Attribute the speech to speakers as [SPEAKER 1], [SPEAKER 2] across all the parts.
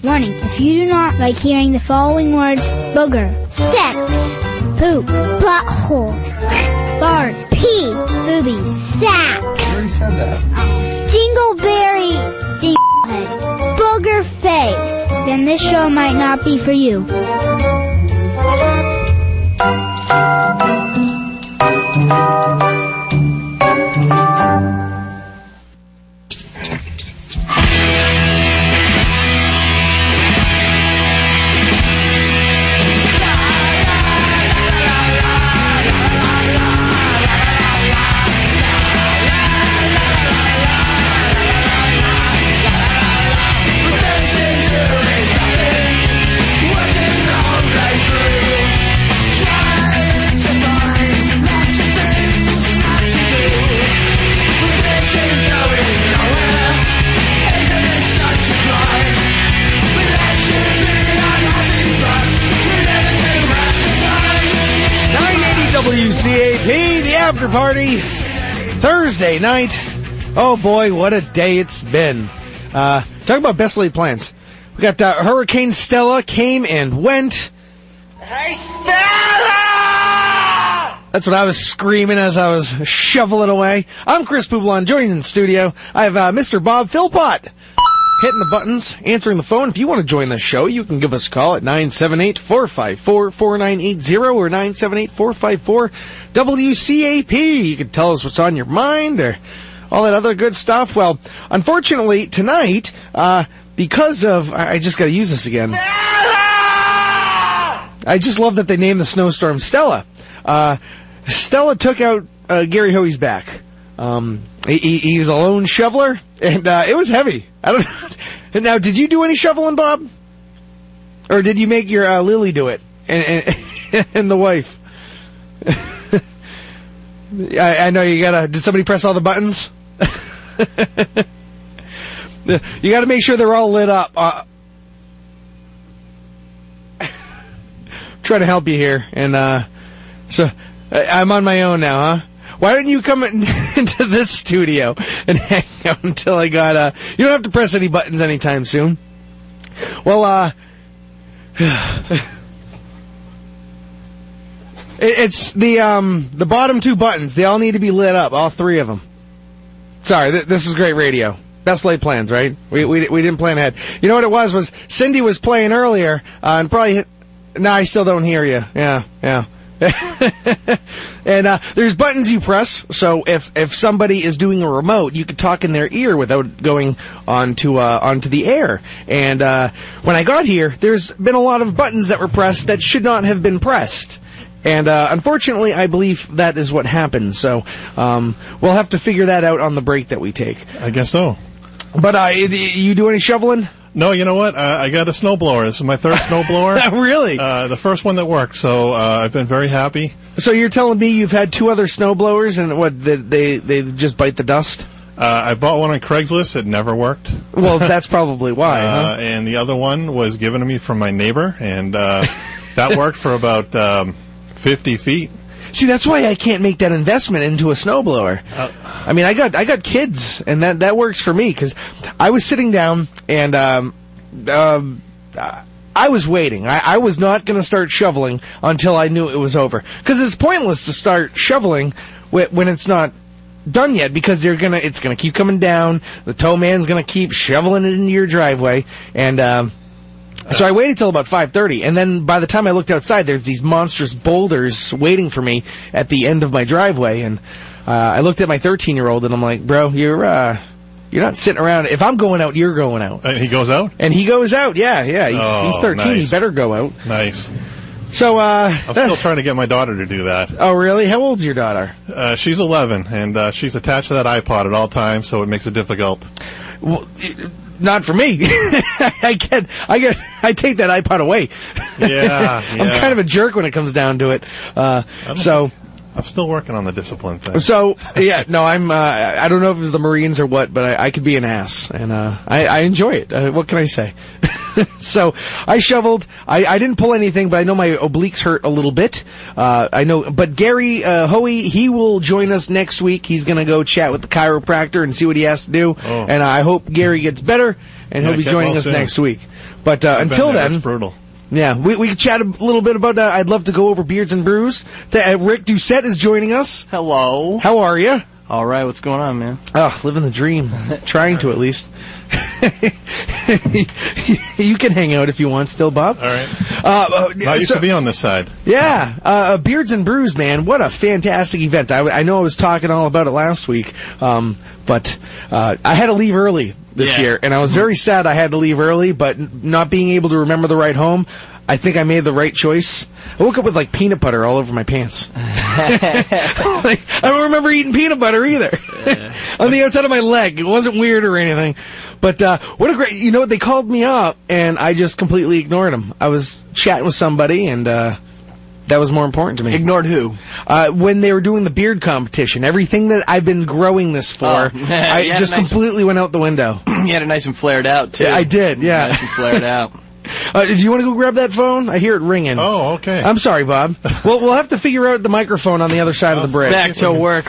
[SPEAKER 1] If you do not like hearing the following words booger,
[SPEAKER 2] sex,
[SPEAKER 1] poop,
[SPEAKER 2] butthole,
[SPEAKER 1] fart,
[SPEAKER 2] pee,
[SPEAKER 1] boobies,
[SPEAKER 2] sack,
[SPEAKER 3] I already said that.
[SPEAKER 2] dingleberry,
[SPEAKER 1] d***head,
[SPEAKER 2] booger face.
[SPEAKER 1] then this show might not be for you.
[SPEAKER 3] Nine eighty WCAP, the after party, Thursday night. Oh boy, what a day it's been. Uh, talk about best laid plans. We got uh, Hurricane Stella came and went.
[SPEAKER 4] Hey, Stella!
[SPEAKER 3] That's what I was screaming as I was shoveling away. I'm Chris Poublon, joining in the studio. I have uh, Mr. Bob Philpott hitting the buttons, answering the phone. If you want to join the show, you can give us a call at 978-454-4980 or 978-454-WCAP. You can tell us what's on your mind or all that other good stuff. Well, unfortunately, tonight, uh, because of... I I just got to use this again. I just love that they named the snowstorm Stella. Uh, Stella took out uh, Gary Hoey's back. Um, he, he, he's a lone shoveler, and uh, it was heavy. I don't know. And now, did you do any shoveling, Bob? Or did you make your uh, Lily do it? And, and, and the wife. I, I know you gotta. Did somebody press all the buttons? you gotta make sure they're all lit up. Uh, trying to help you here, and uh, so I- I'm on my own now, huh? Why don't you come in- into this studio and hang out until I got uh? You don't have to press any buttons anytime soon. Well, uh, it- it's the um the bottom two buttons. They all need to be lit up, all three of them. Sorry, th- this is great radio. Best laid plans, right? We, we we didn't plan ahead. You know what it was was Cindy was playing earlier uh, and probably. Hit, no, I still don't hear you. Yeah, yeah. and uh, there's buttons you press, so if if somebody is doing a remote, you could talk in their ear without going onto uh, onto the air. And uh, when I got here, there's been a lot of buttons that were pressed that should not have been pressed. And uh, unfortunately, I believe that is what happened. So um, we'll have to figure that out on the break that we take.
[SPEAKER 5] I guess so.
[SPEAKER 3] But uh, y- y- you do any shoveling?
[SPEAKER 5] No, you know what? I, I got a snowblower. This is my third snowblower.
[SPEAKER 3] really?
[SPEAKER 5] Uh, the first one that worked, so uh, I've been very happy.
[SPEAKER 3] So you're telling me you've had two other snowblowers and what they they, they just bite the dust?
[SPEAKER 5] Uh, I bought one on Craigslist. It never worked.
[SPEAKER 3] Well, that's probably why.
[SPEAKER 5] Uh,
[SPEAKER 3] huh?
[SPEAKER 5] and the other one was given to me from my neighbor, and uh, that worked for about um, 50 feet.
[SPEAKER 3] See, that's why I can't make that investment into a snowblower.
[SPEAKER 5] Uh,
[SPEAKER 3] I mean, I got I got kids, and that that works for me because I was sitting down and um, um, uh, I was waiting. I, I was not going to start shoveling until I knew it was over because it's pointless to start shoveling wh- when it's not done yet because they're gonna it's gonna keep coming down. The tow man's gonna keep shoveling it into your driveway, and um, so I waited till about 5:30, and then by the time I looked outside, there's these monstrous boulders waiting for me at the end of my driveway, and uh, I looked at my 13-year-old, and I'm like, "Bro, you're uh, you're not sitting around. If I'm going out, you're going out."
[SPEAKER 5] and Uh, he goes out.
[SPEAKER 3] And he goes out. Yeah, yeah. He's,
[SPEAKER 5] Oh,
[SPEAKER 3] he's 13. He
[SPEAKER 5] nice.
[SPEAKER 3] better go out.
[SPEAKER 5] Nice.
[SPEAKER 3] So, uh,
[SPEAKER 5] I'm still trying to get my daughter to do that.
[SPEAKER 3] oh really? How old's your daughter?
[SPEAKER 5] Uh, she's 11, and uh, she's attached to that iPod at all times, so it makes it difficult.
[SPEAKER 3] Well, it- not for me. I get, I get, I take that iPod away.
[SPEAKER 5] Yeah,
[SPEAKER 3] I'm
[SPEAKER 5] yeah.
[SPEAKER 3] kind of a jerk when it comes down to it. Uh, so.
[SPEAKER 5] I I'm still working on the discipline thing.
[SPEAKER 3] So yeah, no, I'm. Uh, I don't know if it's the Marines or what, but I, I could be an ass, and uh, I, I enjoy it. Uh, what can I say? so I shoveled. I, I didn't pull anything, but I know my obliques hurt a little bit. Uh, I know, but Gary uh, Hoey, he will join us next week. He's gonna go chat with the chiropractor and see what he has to do.
[SPEAKER 5] Oh.
[SPEAKER 3] And I hope Gary gets better, and
[SPEAKER 5] Yeah,
[SPEAKER 3] he'll be
[SPEAKER 5] get
[SPEAKER 3] joining
[SPEAKER 5] well
[SPEAKER 3] us
[SPEAKER 5] soon.
[SPEAKER 3] next week. But uh,
[SPEAKER 5] I've been
[SPEAKER 3] until
[SPEAKER 5] there.
[SPEAKER 3] then,
[SPEAKER 5] it's brutal.
[SPEAKER 3] yeah, we we could chat a little bit about. Uh, I'd love to go over beards and brews. That uh, Rick Doucette is joining us.
[SPEAKER 4] Hello.
[SPEAKER 3] How are you?
[SPEAKER 4] All right, what's going on, man?
[SPEAKER 3] Oh, living the dream. Trying to at least. you can hang out if you want, still, Bob.
[SPEAKER 5] All right.
[SPEAKER 3] Uh,
[SPEAKER 5] I
[SPEAKER 3] uh,
[SPEAKER 5] used
[SPEAKER 3] so,
[SPEAKER 5] to be on this side.
[SPEAKER 3] yeah, uh, Beards and Brews, man, what a fantastic event! I, I know I was talking all about it last week, um, but uh, I had to leave early this
[SPEAKER 4] Yeah.
[SPEAKER 3] year, and I was very sad I had to leave early. But n- not being able to remember the ride home, I think I made the right choice. I woke up with like peanut butter all over my pants. Like, I don't remember eating peanut butter either. On the outside of my leg. It wasn't weird or anything. But uh, what a great, you know, they called me up and I just completely ignored them. I was chatting with somebody and uh, that was more important to me.
[SPEAKER 4] Ignored who?
[SPEAKER 3] uh, when they were doing the beard competition, everything that I've been growing this for,
[SPEAKER 4] Oh. You
[SPEAKER 3] I
[SPEAKER 4] had a
[SPEAKER 3] just
[SPEAKER 4] nice-
[SPEAKER 3] completely went out the window.
[SPEAKER 4] you had it nice and flared out too.
[SPEAKER 3] Yeah, I did, yeah.
[SPEAKER 4] nice and flared out.
[SPEAKER 3] Uh, do you want to go grab that phone? I hear it ringing.
[SPEAKER 5] Oh, okay.
[SPEAKER 3] I'm sorry, Bob. well, we'll have to figure out the microphone on the other side of the bridge.
[SPEAKER 4] Back to work,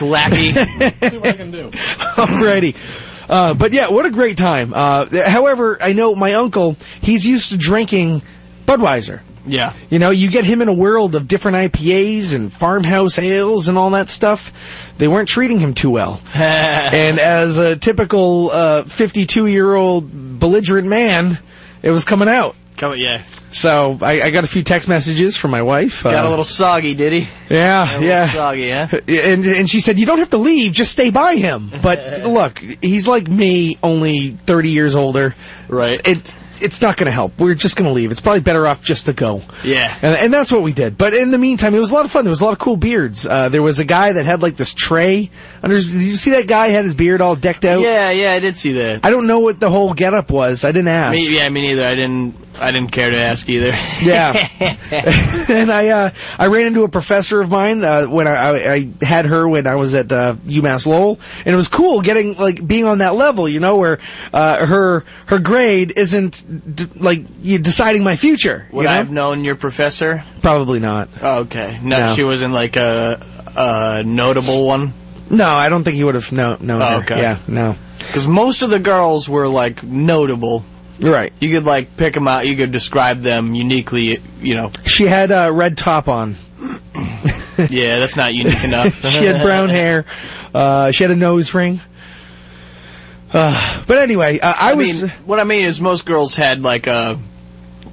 [SPEAKER 4] lackey.
[SPEAKER 5] see what I can do.
[SPEAKER 3] Alrighty. Uh, but yeah, what a great time. Uh, th- however, I know my uncle, he's used to drinking Budweiser.
[SPEAKER 4] yeah.
[SPEAKER 3] You know, you get him in a world of different IPAs and farmhouse ales and all that stuff. They weren't treating him too well. And as a typical uh, 52-year-old belligerent man, it was coming out.
[SPEAKER 4] Come on, yeah.
[SPEAKER 3] So I, I got a few text messages from my wife.
[SPEAKER 4] Got
[SPEAKER 3] uh,
[SPEAKER 4] a little uh, soggy, did he? Got a
[SPEAKER 3] yeah,
[SPEAKER 4] little
[SPEAKER 3] yeah.
[SPEAKER 4] Soggy, huh?
[SPEAKER 3] And and she said, "You don't have to leave; just stay by him." But look, he's like me, only thirty years older.
[SPEAKER 4] Right.
[SPEAKER 3] It it's not going to help. We're just going to leave. It's probably better off just to go.
[SPEAKER 4] Yeah.
[SPEAKER 3] And, and that's what we did. But in the meantime, it was a lot of fun. There was a lot of cool beards. Uh, there was a guy that had like this tray. Under, did you see that guy had his beard all decked out?
[SPEAKER 4] Yeah, yeah. I did see that.
[SPEAKER 3] I don't know what the whole getup was. I didn't ask.
[SPEAKER 4] Me, yeah, me neither. I didn't. I didn't care to ask either.
[SPEAKER 3] Yeah. and I uh, I ran into a professor of mine uh, when I, I I had her when I was at uh, UMass Lowell, and it was cool getting like being on that level, you know, where uh, her her grade isn't d- like you deciding my future.
[SPEAKER 4] Would
[SPEAKER 3] you know?
[SPEAKER 4] I have known your professor?
[SPEAKER 3] Probably not.
[SPEAKER 4] Oh, okay. No,
[SPEAKER 3] No.
[SPEAKER 4] she wasn't like a, a notable one.
[SPEAKER 3] No, I don't think you would have known. known
[SPEAKER 4] Oh,
[SPEAKER 3] her.
[SPEAKER 4] okay.
[SPEAKER 3] Yeah. No.
[SPEAKER 4] Because most of the girls were like notable.
[SPEAKER 3] You're right.
[SPEAKER 4] You could like pick them out. You could describe them uniquely. You know.
[SPEAKER 3] She had a red top on.
[SPEAKER 4] Yeah, that's not unique enough.
[SPEAKER 3] she had brown hair. Uh, she had a nose ring. Uh, but anyway, uh, I,
[SPEAKER 4] I,
[SPEAKER 3] was.
[SPEAKER 4] mean, what I mean is most girls had like a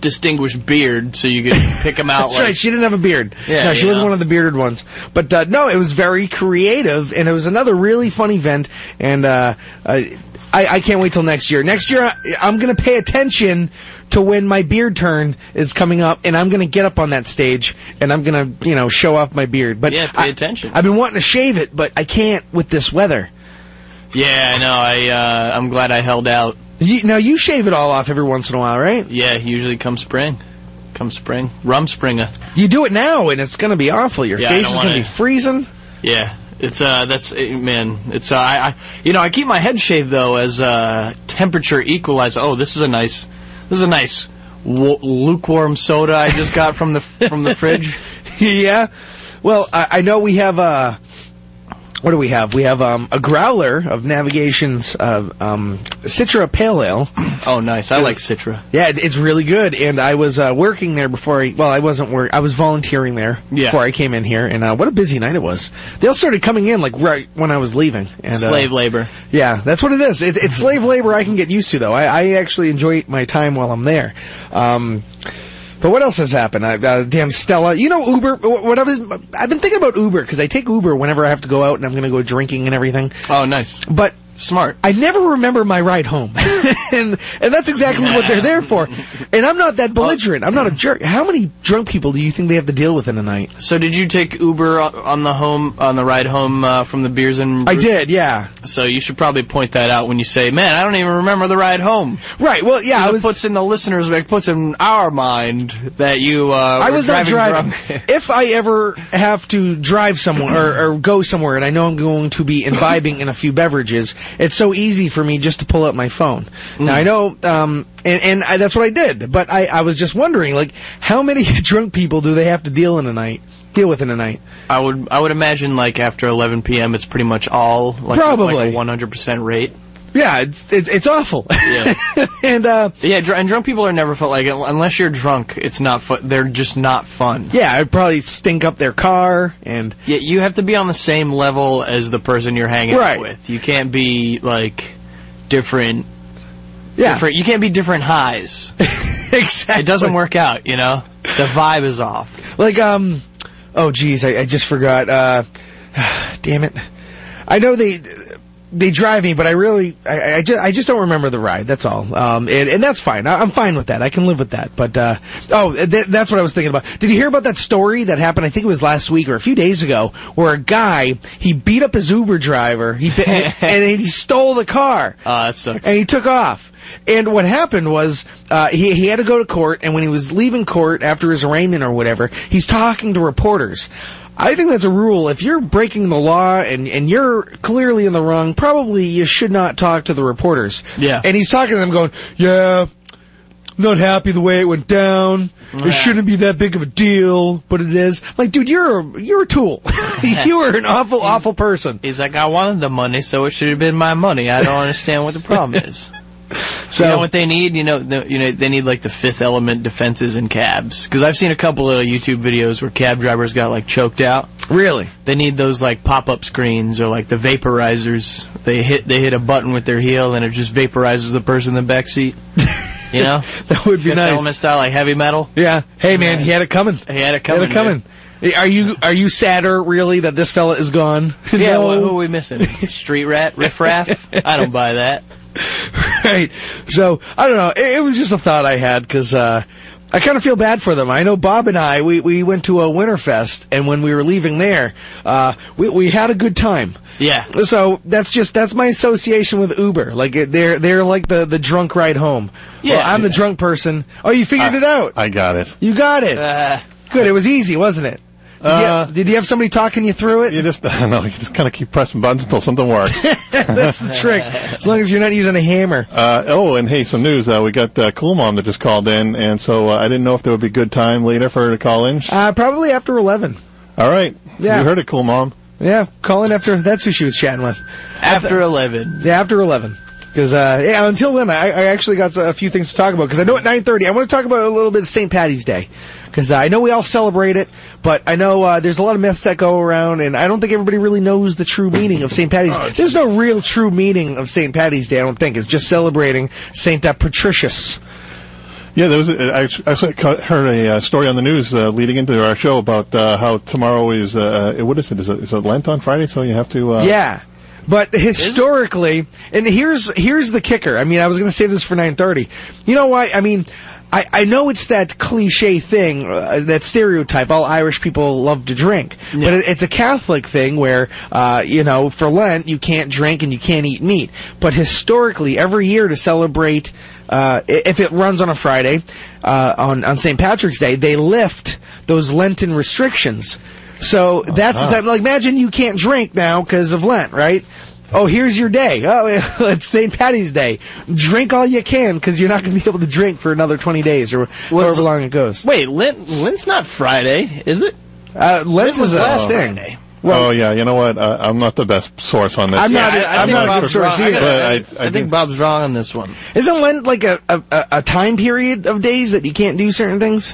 [SPEAKER 4] distinguished beard, so you could pick them out.
[SPEAKER 3] That's
[SPEAKER 4] like,
[SPEAKER 3] right. She didn't have a beard.
[SPEAKER 4] Yeah,
[SPEAKER 3] no, she
[SPEAKER 4] you
[SPEAKER 3] was
[SPEAKER 4] know.
[SPEAKER 3] one of the bearded ones. But uh, no, it was very creative, and it was another really fun event. And uh, I, I I can't wait till next year. Next year, I, I'm going to pay attention to when my beard turn is coming up, and I'm going to get up on that stage, and I'm going to you know show off my beard. But
[SPEAKER 4] Yeah, pay
[SPEAKER 3] I-
[SPEAKER 4] attention.
[SPEAKER 3] I've been wanting to shave it, but I can't with this weather.
[SPEAKER 4] yeah, I know. I uh, I'm glad I held out.
[SPEAKER 3] You, now you shave it all off every once in a while, right?
[SPEAKER 4] Yeah, usually come spring. Come spring, rum springer.
[SPEAKER 3] You do it now, and it's going to be awful. Your
[SPEAKER 4] Yeah, I
[SPEAKER 3] face
[SPEAKER 4] don't
[SPEAKER 3] is going to
[SPEAKER 4] wanna-
[SPEAKER 3] be freezing.
[SPEAKER 4] Yeah, it's uh, that's eh, man, it's uh, I, I, you know, I keep my head shaved though as uh, temperature equalizer. Oh, this is a nice, this is a nice w- lukewarm soda I just got from the from the fridge.
[SPEAKER 3] yeah. Well, I, I know we have Uh, what do we have? We have um, a growler of Navigation's uh, um, Citra Pale Ale.
[SPEAKER 4] Oh, nice. I like Citra.
[SPEAKER 3] Yeah, it- it's really good. And I was uh, working there before I. Well, I wasn't work. I was volunteering there
[SPEAKER 4] Yeah.
[SPEAKER 3] before I came in here. And uh, what a busy night it was. They all started coming in like right when I was leaving. And,
[SPEAKER 4] Slave
[SPEAKER 3] Uh,
[SPEAKER 4] labor.
[SPEAKER 3] yeah, that's what it is. It, it's slave labor I can get used to though. I, I actually enjoy my time while I'm there. Um, but what else has happened? I, uh, damn Stella, you know Uber. wh- What I was, I've been thinking about Uber because I take Uber whenever I have to go out and I'm going to go drinking and everything.
[SPEAKER 4] Oh, nice.
[SPEAKER 3] But
[SPEAKER 4] Smart.
[SPEAKER 3] I never remember my ride home, and and that's exactly what they're there for. And I'm not that belligerent. I'm not a jerk. How many drunk people do you think they have to deal with in a night?
[SPEAKER 4] So did you take Uber o- on the home on the ride home uh, from the beers and?
[SPEAKER 3] I did, yeah.
[SPEAKER 4] So you should probably point that out when you say, "Man, I don't even remember the ride home."
[SPEAKER 3] Right. Well, yeah. I
[SPEAKER 4] it
[SPEAKER 3] was.
[SPEAKER 4] puts in the listeners, it puts in our mind that you. Uh,
[SPEAKER 3] I
[SPEAKER 4] were
[SPEAKER 3] was not driving.
[SPEAKER 4] drunk.
[SPEAKER 3] if I ever have to drive somewhere or, or go somewhere, and I know I'm going to be imbibing in a few beverages, it's so easy for me just to pull up my phone. Now
[SPEAKER 4] Mm.
[SPEAKER 3] I know, um, and, and I, that's what I did. But I, I was just wondering, like, how many drunk people do they have to deal in a night? Deal with in a night?
[SPEAKER 4] I would I would imagine like after 11 p.m. it's pretty much all like
[SPEAKER 3] Probably.
[SPEAKER 4] like 100% rate.
[SPEAKER 3] Yeah, it's it's, it's awful.
[SPEAKER 4] Yeah.
[SPEAKER 3] and uh,
[SPEAKER 4] Yeah, dr- and drunk people are never fun. Like unless you're drunk, it's not fun. They're just not fun.
[SPEAKER 3] yeah, I'd probably stink up their car and.
[SPEAKER 4] Yeah, you have to be on the same level as the person you're hanging
[SPEAKER 3] Right.
[SPEAKER 4] out with. You can't be like different.
[SPEAKER 3] Yeah,
[SPEAKER 4] Different. You can't be different highs.
[SPEAKER 3] exactly.
[SPEAKER 4] It doesn't work out. You know, the vibe is off.
[SPEAKER 3] Like, um, oh geez, I, I just forgot. Uh, damn it. I know they they drive me, but I really I, I just I just don't remember the ride. That's all. Um, and, and that's fine. I, I'm fine with that. I can live with that. But uh, oh, th- that's what I was thinking about. Did you hear about that story that happened? I think it was last week or a few days ago, where a guy he beat up his Uber driver. He bit- and, and he stole the car
[SPEAKER 4] Uh, that sucks.
[SPEAKER 3] and he took off. And what happened was uh, he he had to go to court, and when he was leaving court after his arraignment or whatever, he's talking to reporters. I think that's a rule. If you're breaking the law and and you're clearly in the wrong, probably you should not talk to the reporters.
[SPEAKER 4] Yeah.
[SPEAKER 3] And he's talking to them, going, "Yeah, I'm not happy the way it went down. It shouldn't be that big of a deal, but it is." Like, dude, you're a, you're a tool. you are an awful, awful person.
[SPEAKER 4] He's like, I wanted the money, so it should have been my money. I don't understand what the problem is. So you know what they need? You know, the, you know they need like the fifth element defenses in cabs. Because I've seen a couple of YouTube videos where cab drivers got like choked out.
[SPEAKER 3] Really?
[SPEAKER 4] They need those like pop-up screens or like the vaporizers. They hit they hit a button with their heel and it just vaporizes the person in the back seat. You know,
[SPEAKER 3] That would be
[SPEAKER 4] fifth
[SPEAKER 3] nice.
[SPEAKER 4] element style, like heavy metal.
[SPEAKER 3] Yeah. Hey man, he had it coming.
[SPEAKER 4] He had it
[SPEAKER 3] He had
[SPEAKER 4] coming.
[SPEAKER 3] it coming. Are you are you sadder really that this fella is gone?
[SPEAKER 4] dude. Yeah,
[SPEAKER 3] No.
[SPEAKER 4] wha- who are we missing? Street rat, riffraff? I don't buy that.
[SPEAKER 3] right. So I don't know. It, it was just a thought I had because uh, I kind of feel bad for them. I know Bob and I we, we went to a Winterfest, and when we were leaving there, uh, we we had a good time.
[SPEAKER 4] Yeah.
[SPEAKER 3] So that's just that's my association with Uber. Like it- they're they're like the the drunk ride home.
[SPEAKER 4] Yeah.
[SPEAKER 3] Well, I'm the drunk person. Oh, you figured it out.
[SPEAKER 5] I got it.
[SPEAKER 3] you got it.
[SPEAKER 4] Uh,
[SPEAKER 3] Good. It was easy, wasn't it? Did,
[SPEAKER 5] Uh,
[SPEAKER 3] you, did you have somebody talking you through it?
[SPEAKER 5] You just, I don't know, you just kind of keep pressing buttons until something works.
[SPEAKER 3] That's the trick. As long as you're not using a hammer.
[SPEAKER 5] Uh, oh, and hey, some news. Uh, we got uh, Cool Mom that just called in, and so uh, I didn't know if there would be good time later for her to call in.
[SPEAKER 3] Uh, probably after 11.
[SPEAKER 5] All right.
[SPEAKER 3] Yeah.
[SPEAKER 5] You heard it, Cool Mom.
[SPEAKER 3] Yeah, calling after. That's who she was chatting with.
[SPEAKER 4] after eleven.
[SPEAKER 3] Yeah, after 11. Because uh, yeah, until then, I, I actually got a few things to talk about. Because I know at 9:30, I want to talk about a little bit of St. Patty's Day. Because I know we all celebrate it, but I know uh, there's a lot of myths that go around, and I don't think everybody really knows the true meaning of St. Patty's. there's no real true meaning of St. Patty's Day. I don't think it's just celebrating Saint uh, Patricius.
[SPEAKER 5] Yeah, there was. A, I actu- actually ca- heard a uh, story on the news uh, leading into our show about uh, how tomorrow is. Uh, uh, what is it? Is it, is it Lent on Friday? So you have to. Uh,
[SPEAKER 3] Yeah. But historically, and here's here's the kicker. I mean, I was going to say this for 9:30. You know why? I mean, I I know it's that cliche thing, uh, that stereotype. All Irish people love to drink, but it, it's a Catholic thing where, uh, you know, for Lent you can't drink and you can't eat meat. But historically, every year to celebrate, uh, i- if it runs on a Friday, uh, on on St. Patrick's Day, they lift those Lenten restrictions. So that's the time. Like, imagine you can't drink now because of Lent, right? Oh, here's your day. Oh, it's St. Patty's Day. Drink all you can because you're not going to be able to drink for another 20 days or however long it goes.
[SPEAKER 4] Wait, Lent Lent's not Friday, is it?
[SPEAKER 3] Uh, Lent is a
[SPEAKER 4] last
[SPEAKER 3] thing.
[SPEAKER 4] Friday.
[SPEAKER 5] oh yeah. You know what? Uh, I'm not the best source on this.
[SPEAKER 3] I'm not-
[SPEAKER 4] I- I
[SPEAKER 3] I'm
[SPEAKER 4] think
[SPEAKER 3] not a
[SPEAKER 4] Bob's
[SPEAKER 3] good source
[SPEAKER 4] wrong. I
[SPEAKER 3] either.
[SPEAKER 5] But I- I
[SPEAKER 4] think- I think
[SPEAKER 5] think-
[SPEAKER 4] Bob's wrong on this one.
[SPEAKER 3] Isn't Lent like a, a, a- a time period of days that you can't do certain things?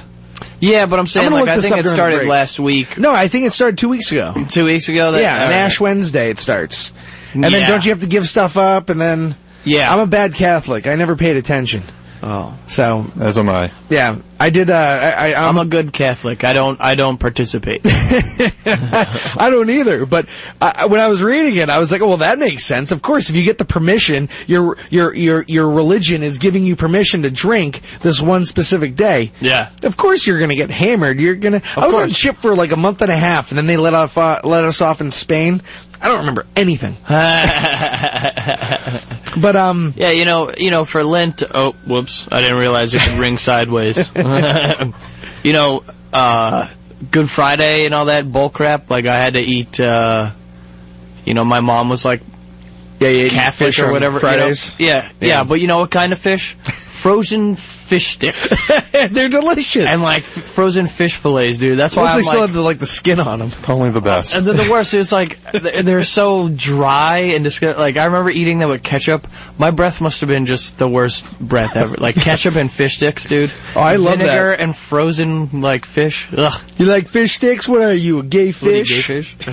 [SPEAKER 4] Yeah, but I'm saying
[SPEAKER 3] I'm gonna
[SPEAKER 4] like
[SPEAKER 3] look
[SPEAKER 4] I
[SPEAKER 3] this
[SPEAKER 4] think
[SPEAKER 3] up
[SPEAKER 4] it
[SPEAKER 3] during the
[SPEAKER 4] started
[SPEAKER 3] break.
[SPEAKER 4] last week,
[SPEAKER 3] No, I think it started two weeks ago.
[SPEAKER 4] two weeks ago. That,
[SPEAKER 3] yeah,
[SPEAKER 4] all
[SPEAKER 3] and
[SPEAKER 4] right.
[SPEAKER 3] Ash Wednesday it starts. And
[SPEAKER 4] Yeah.
[SPEAKER 3] then don't you have to give stuff up and then...
[SPEAKER 4] Yeah,
[SPEAKER 3] I'm a bad Catholic. I never paid attention.
[SPEAKER 4] oh,
[SPEAKER 3] So,
[SPEAKER 5] As am I.
[SPEAKER 3] yeah, I, I did. Uh, I, I,
[SPEAKER 4] I'm
[SPEAKER 3] I'm
[SPEAKER 4] a good Catholic. I don't. I don't participate.
[SPEAKER 3] I don't either. But I, I- when I was reading it, I was like, "Well, that makes sense. Of course, if you get the permission, your your your your religion is giving you permission to drink this one specific day.
[SPEAKER 4] yeah.
[SPEAKER 3] Of course, you're gonna get hammered. You're gonna. I was on
[SPEAKER 4] course.
[SPEAKER 3] ship for like a month and a half, and then they let off uh, let us off in Spain. I don't remember anything.
[SPEAKER 4] yeah,
[SPEAKER 3] But um,
[SPEAKER 4] you know, you know, for Lent. Oh, whoops! I didn't realize it could ring sideways. you know, uh, Good Friday and all that bull crap. Like I had to eat. Uh, you know, my mom was like
[SPEAKER 3] yeah, yeah
[SPEAKER 4] catfish
[SPEAKER 3] fish
[SPEAKER 4] or
[SPEAKER 3] on
[SPEAKER 4] whatever. you know?
[SPEAKER 3] Fridays.
[SPEAKER 4] Yeah, yeah,
[SPEAKER 3] Yeah.
[SPEAKER 4] But you know what kind of fish? Frozen fish sticks
[SPEAKER 3] They're delicious.
[SPEAKER 4] and like f- frozen fish fillets, dude. That's why
[SPEAKER 3] Once
[SPEAKER 4] I'm
[SPEAKER 3] they
[SPEAKER 4] like.
[SPEAKER 3] still have the, like the skin on them.
[SPEAKER 5] Only the best.
[SPEAKER 4] And then the worst is like th- they're so dry and disgusting. Like I remember eating them with ketchup. My breath must have been just the worst breath ever. Like ketchup and fish sticks, dude.
[SPEAKER 3] Oh, I love that.
[SPEAKER 4] Vinegar and frozen like fish. Ugh.
[SPEAKER 3] You like fish sticks? What are you, a gay
[SPEAKER 4] bloody
[SPEAKER 3] fish?
[SPEAKER 4] gay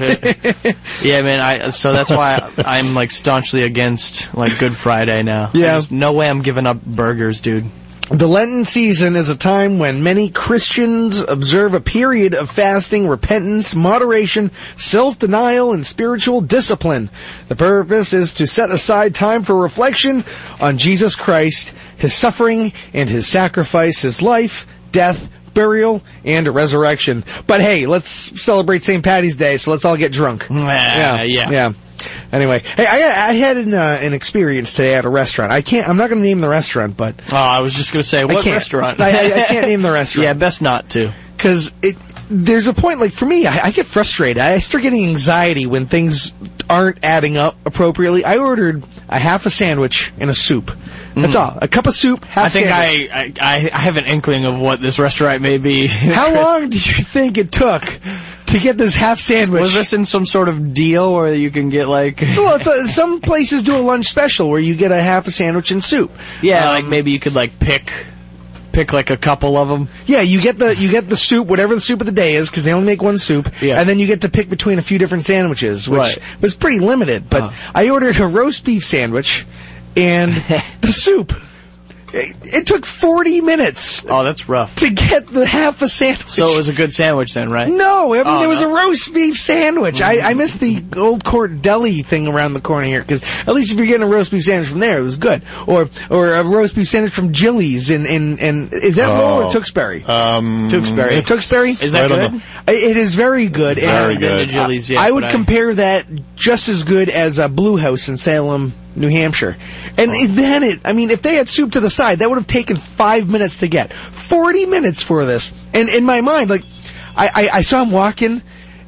[SPEAKER 4] fish. yeah, man. I so that's why I, I'm like staunchly against like Good Friday now. I
[SPEAKER 3] Yeah.
[SPEAKER 4] just- no way I'm giving up burgers, dude.
[SPEAKER 3] The Lenten season is a time when many Christians observe a period of fasting, repentance, moderation, self-denial, and spiritual discipline. The purpose is to set aside time for reflection on Jesus Christ, His suffering and His sacrifice, His life, death, burial, and resurrection. But hey, let's celebrate St. Patty's Day, so let's all get drunk.
[SPEAKER 4] Mm, Yeah. Yeah.
[SPEAKER 3] Yeah. Anyway, hey, I, I had an, uh, an experience today at a restaurant. I can't. I'm not going to name the restaurant, but
[SPEAKER 4] Oh, I was just gonna say
[SPEAKER 3] I
[SPEAKER 4] what
[SPEAKER 3] can't.
[SPEAKER 4] restaurant?
[SPEAKER 3] I, I, I can't name the restaurant.
[SPEAKER 4] yeah, best not to.
[SPEAKER 3] because it there's a point like for me I, I get frustrated i start getting anxiety when things aren't adding up appropriately i ordered a half a sandwich and a soup that's all a cup of soup half
[SPEAKER 4] Mm. I think
[SPEAKER 3] sandwich.
[SPEAKER 4] I, I- I I have an inkling of what this restaurant may be.
[SPEAKER 3] how long do you think it took to get this half sandwich
[SPEAKER 4] was this in some sort of deal where you can get like
[SPEAKER 3] well, it's uh some places do a lunch special where you get a half a sandwich and soup.
[SPEAKER 4] yeah,
[SPEAKER 3] Um,
[SPEAKER 4] like maybe you could like pick pick like a couple of them.
[SPEAKER 3] Yeah, you get the you get the soup, whatever the soup of the day is, because they only make one soup,
[SPEAKER 4] Yeah.
[SPEAKER 3] and then you get to pick between a few different sandwiches, which
[SPEAKER 4] Right.
[SPEAKER 3] was pretty limited. But
[SPEAKER 4] Uh.
[SPEAKER 3] I ordered a roast beef sandwich and the soup. It, it took 40 minutes
[SPEAKER 4] Oh, that's rough.
[SPEAKER 3] to get the half a sandwich.
[SPEAKER 4] So it was a good sandwich then, right?
[SPEAKER 3] no, I mean
[SPEAKER 4] Oh,
[SPEAKER 3] there was
[SPEAKER 4] no.
[SPEAKER 3] a roast beef sandwich. I, I missed the old court deli thing around the corner here because at least if you're getting a roast beef sandwich from there, it was good. Or or a roast beef sandwich from Chili's in in, in is that Lowell or
[SPEAKER 5] Oh.
[SPEAKER 3] Tewksbury? Mm-hmm.
[SPEAKER 5] Um,
[SPEAKER 4] Tewksbury.
[SPEAKER 5] it's-
[SPEAKER 3] Tewksbury?
[SPEAKER 4] Is that
[SPEAKER 5] I don't
[SPEAKER 4] good?
[SPEAKER 5] know.
[SPEAKER 3] I- It is very good. and-
[SPEAKER 5] Very
[SPEAKER 4] I've been to
[SPEAKER 5] good.
[SPEAKER 4] Chili's yet,
[SPEAKER 3] I
[SPEAKER 4] but
[SPEAKER 3] would compare that just as good as a Blue House in Salem, New Hampshire. And then it, I mean, if they had soup to the side, that would have taken five minutes to get. Forty minutes for this. And in my mind, like, I, I, I saw him walking.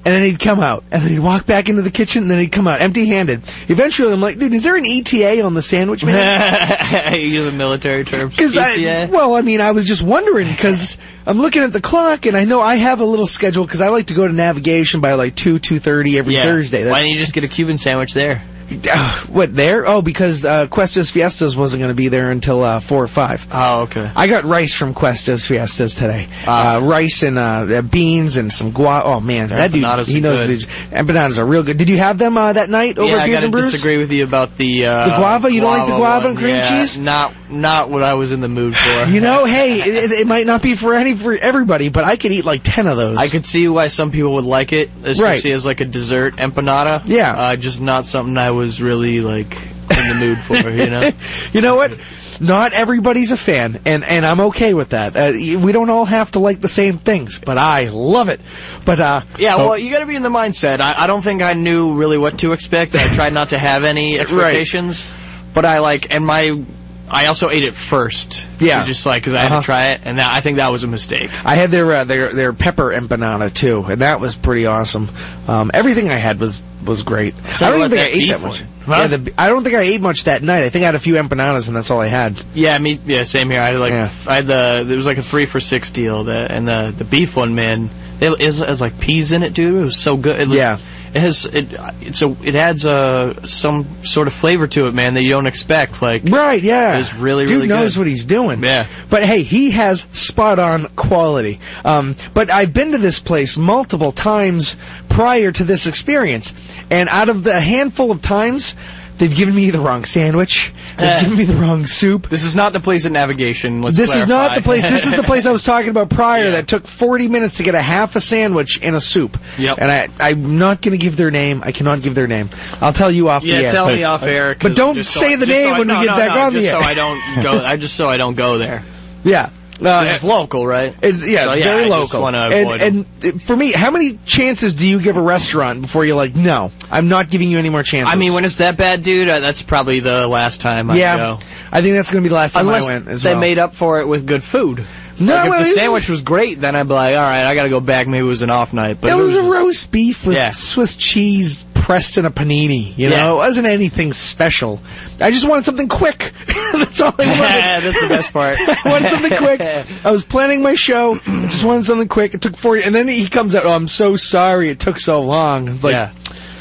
[SPEAKER 3] And then he'd come out, and then he'd walk back into the kitchen, and then he'd come out empty-handed. Eventually, I'm like, dude, is there an ETA on the sandwich, man?
[SPEAKER 4] you use a military term. E
[SPEAKER 3] Because I,
[SPEAKER 4] ETA?
[SPEAKER 3] well, I mean, I was just wondering because I'm looking at the clock and I know I have a little schedule because I like to go to navigation by like two, two thirty every
[SPEAKER 4] yeah.
[SPEAKER 3] Thursday.
[SPEAKER 4] Why
[SPEAKER 3] That's,
[SPEAKER 4] don't you just get a Cuban sandwich there?
[SPEAKER 3] uh, what there? Oh, because uh, Cuestas Fiestas wasn't going to be there until uh, four or five.
[SPEAKER 4] Oh, okay.
[SPEAKER 3] I got rice from Cuestas Fiestas today.
[SPEAKER 4] Ah.
[SPEAKER 3] Uh, rice and uh, uh, beans and some guac. Oh man, that dude,
[SPEAKER 4] empanadas
[SPEAKER 3] he
[SPEAKER 4] are
[SPEAKER 3] knows.
[SPEAKER 4] good.
[SPEAKER 3] what he's- empanadas are real good. Did you have them uh, that night over
[SPEAKER 4] yeah,
[SPEAKER 3] at
[SPEAKER 4] I
[SPEAKER 3] Beers
[SPEAKER 4] gotta
[SPEAKER 3] and Brews?
[SPEAKER 4] disagree with you about the uh,
[SPEAKER 3] The guava? You don't like the guava and
[SPEAKER 4] one.
[SPEAKER 3] cream
[SPEAKER 4] Yeah,
[SPEAKER 3] cheese?
[SPEAKER 4] Not not what I was in the mood for.
[SPEAKER 3] You know, hey, it, it might not be for any for everybody, but I could eat like ten of those.
[SPEAKER 4] I could see why some people would like it, especially as like a dessert empanada.
[SPEAKER 3] Yeah.
[SPEAKER 4] uh, just not something I was really like in the mood for. You know,
[SPEAKER 3] you know what? Not everybody's a fan, and, and I'm okay with that. Uh, y- we don't all have to like the same things, but I love it. But uh,
[SPEAKER 4] yeah. Well, you got to be in the mindset. I, I don't think I knew really what to expect. I tried not to have any expectations, but I like and my. I also ate it first.
[SPEAKER 3] Yeah.
[SPEAKER 4] So just like because I had
[SPEAKER 3] Uh-huh.
[SPEAKER 4] to try it, and that, I think that was a mistake.
[SPEAKER 3] I had their uh, their their pepper empanada too, and that was pretty awesome. Um, everything I had was was great.
[SPEAKER 4] So
[SPEAKER 3] I don't even
[SPEAKER 4] what
[SPEAKER 3] think I
[SPEAKER 4] that
[SPEAKER 3] ate that
[SPEAKER 4] beef
[SPEAKER 3] much.
[SPEAKER 4] one?
[SPEAKER 3] Yeah,
[SPEAKER 4] Huh?
[SPEAKER 3] the, b- I don't think I ate much that night. I think I had a few empanadas, and that's all I had.
[SPEAKER 4] Yeah, me. Yeah, same here. I had like
[SPEAKER 3] Yeah.
[SPEAKER 4] I had the there was like a three for six deal, the, and the the beef one, man, it has, it has like peas in it, dude. It was so good. It looked-
[SPEAKER 3] Yeah.
[SPEAKER 4] it has it. It's a it adds uh, some sort of flavor to it, man, that you don't expect. Like
[SPEAKER 3] Right, yeah.
[SPEAKER 4] It was really,
[SPEAKER 3] Dude
[SPEAKER 4] really
[SPEAKER 3] knows
[SPEAKER 4] good.
[SPEAKER 3] what he's doing.
[SPEAKER 4] Yeah.
[SPEAKER 3] But hey, he has spot on quality. Um, but I've been to this place multiple times prior to this experience, and out of the handful of times, They've given me the wrong sandwich. They've
[SPEAKER 4] Eh.
[SPEAKER 3] given me the wrong soup.
[SPEAKER 4] This is not the place at navigation. Let's
[SPEAKER 3] this is not
[SPEAKER 4] clarify.
[SPEAKER 3] the place. This is the place I was talking about prior
[SPEAKER 4] Yeah.
[SPEAKER 3] that took 40 minutes to get a half a sandwich and a soup.
[SPEAKER 4] Yep.
[SPEAKER 3] And I, I'm not going to give their name. I cannot give their name. I'll tell you off
[SPEAKER 4] yeah,
[SPEAKER 3] the air.
[SPEAKER 4] tell me
[SPEAKER 5] Hey,
[SPEAKER 4] off
[SPEAKER 5] I-
[SPEAKER 4] air. 'cause
[SPEAKER 3] But don't
[SPEAKER 4] just so
[SPEAKER 3] say
[SPEAKER 4] I-
[SPEAKER 3] the
[SPEAKER 4] just so
[SPEAKER 3] name
[SPEAKER 4] I-
[SPEAKER 3] when
[SPEAKER 4] no,
[SPEAKER 3] we get
[SPEAKER 4] no,
[SPEAKER 3] back
[SPEAKER 4] no,
[SPEAKER 3] on
[SPEAKER 4] just
[SPEAKER 3] the
[SPEAKER 4] so
[SPEAKER 3] air.
[SPEAKER 4] I don't go. I just so I don't go there.
[SPEAKER 3] yeah. Uh,
[SPEAKER 4] It's local, right?
[SPEAKER 3] It's yeah,
[SPEAKER 4] So, yeah,
[SPEAKER 3] very
[SPEAKER 4] I just
[SPEAKER 3] local.
[SPEAKER 4] wanna avoid
[SPEAKER 3] and and uh, for me, how many chances do you give a restaurant before you're like, no, I'm not giving you any more chances?
[SPEAKER 4] I mean, when it's that bad, dude, uh, that's probably the last time I
[SPEAKER 3] yeah,
[SPEAKER 4] go.
[SPEAKER 3] I think that's gonna be the last time
[SPEAKER 4] Unless
[SPEAKER 3] I went. As
[SPEAKER 4] they
[SPEAKER 3] well.
[SPEAKER 4] made up for it with good food.
[SPEAKER 3] No,
[SPEAKER 4] like if
[SPEAKER 3] well,
[SPEAKER 4] the
[SPEAKER 3] it-
[SPEAKER 4] sandwich was great, then I'd be like, all right, I gotta go back. Maybe it was an off night. But
[SPEAKER 3] It
[SPEAKER 4] if
[SPEAKER 3] was a roast beef with
[SPEAKER 4] Yeah.
[SPEAKER 3] Swiss cheese pressed in a panini. You know,
[SPEAKER 4] Yeah.
[SPEAKER 3] it wasn't anything special. I just wanted something quick. That's all I wanted.
[SPEAKER 4] That's the best part.
[SPEAKER 3] I wanted something quick. I was planning my show. Just wanted something quick. It took four. And then he comes out. Oh, I'm so sorry. It took so long. It's like,
[SPEAKER 4] yeah,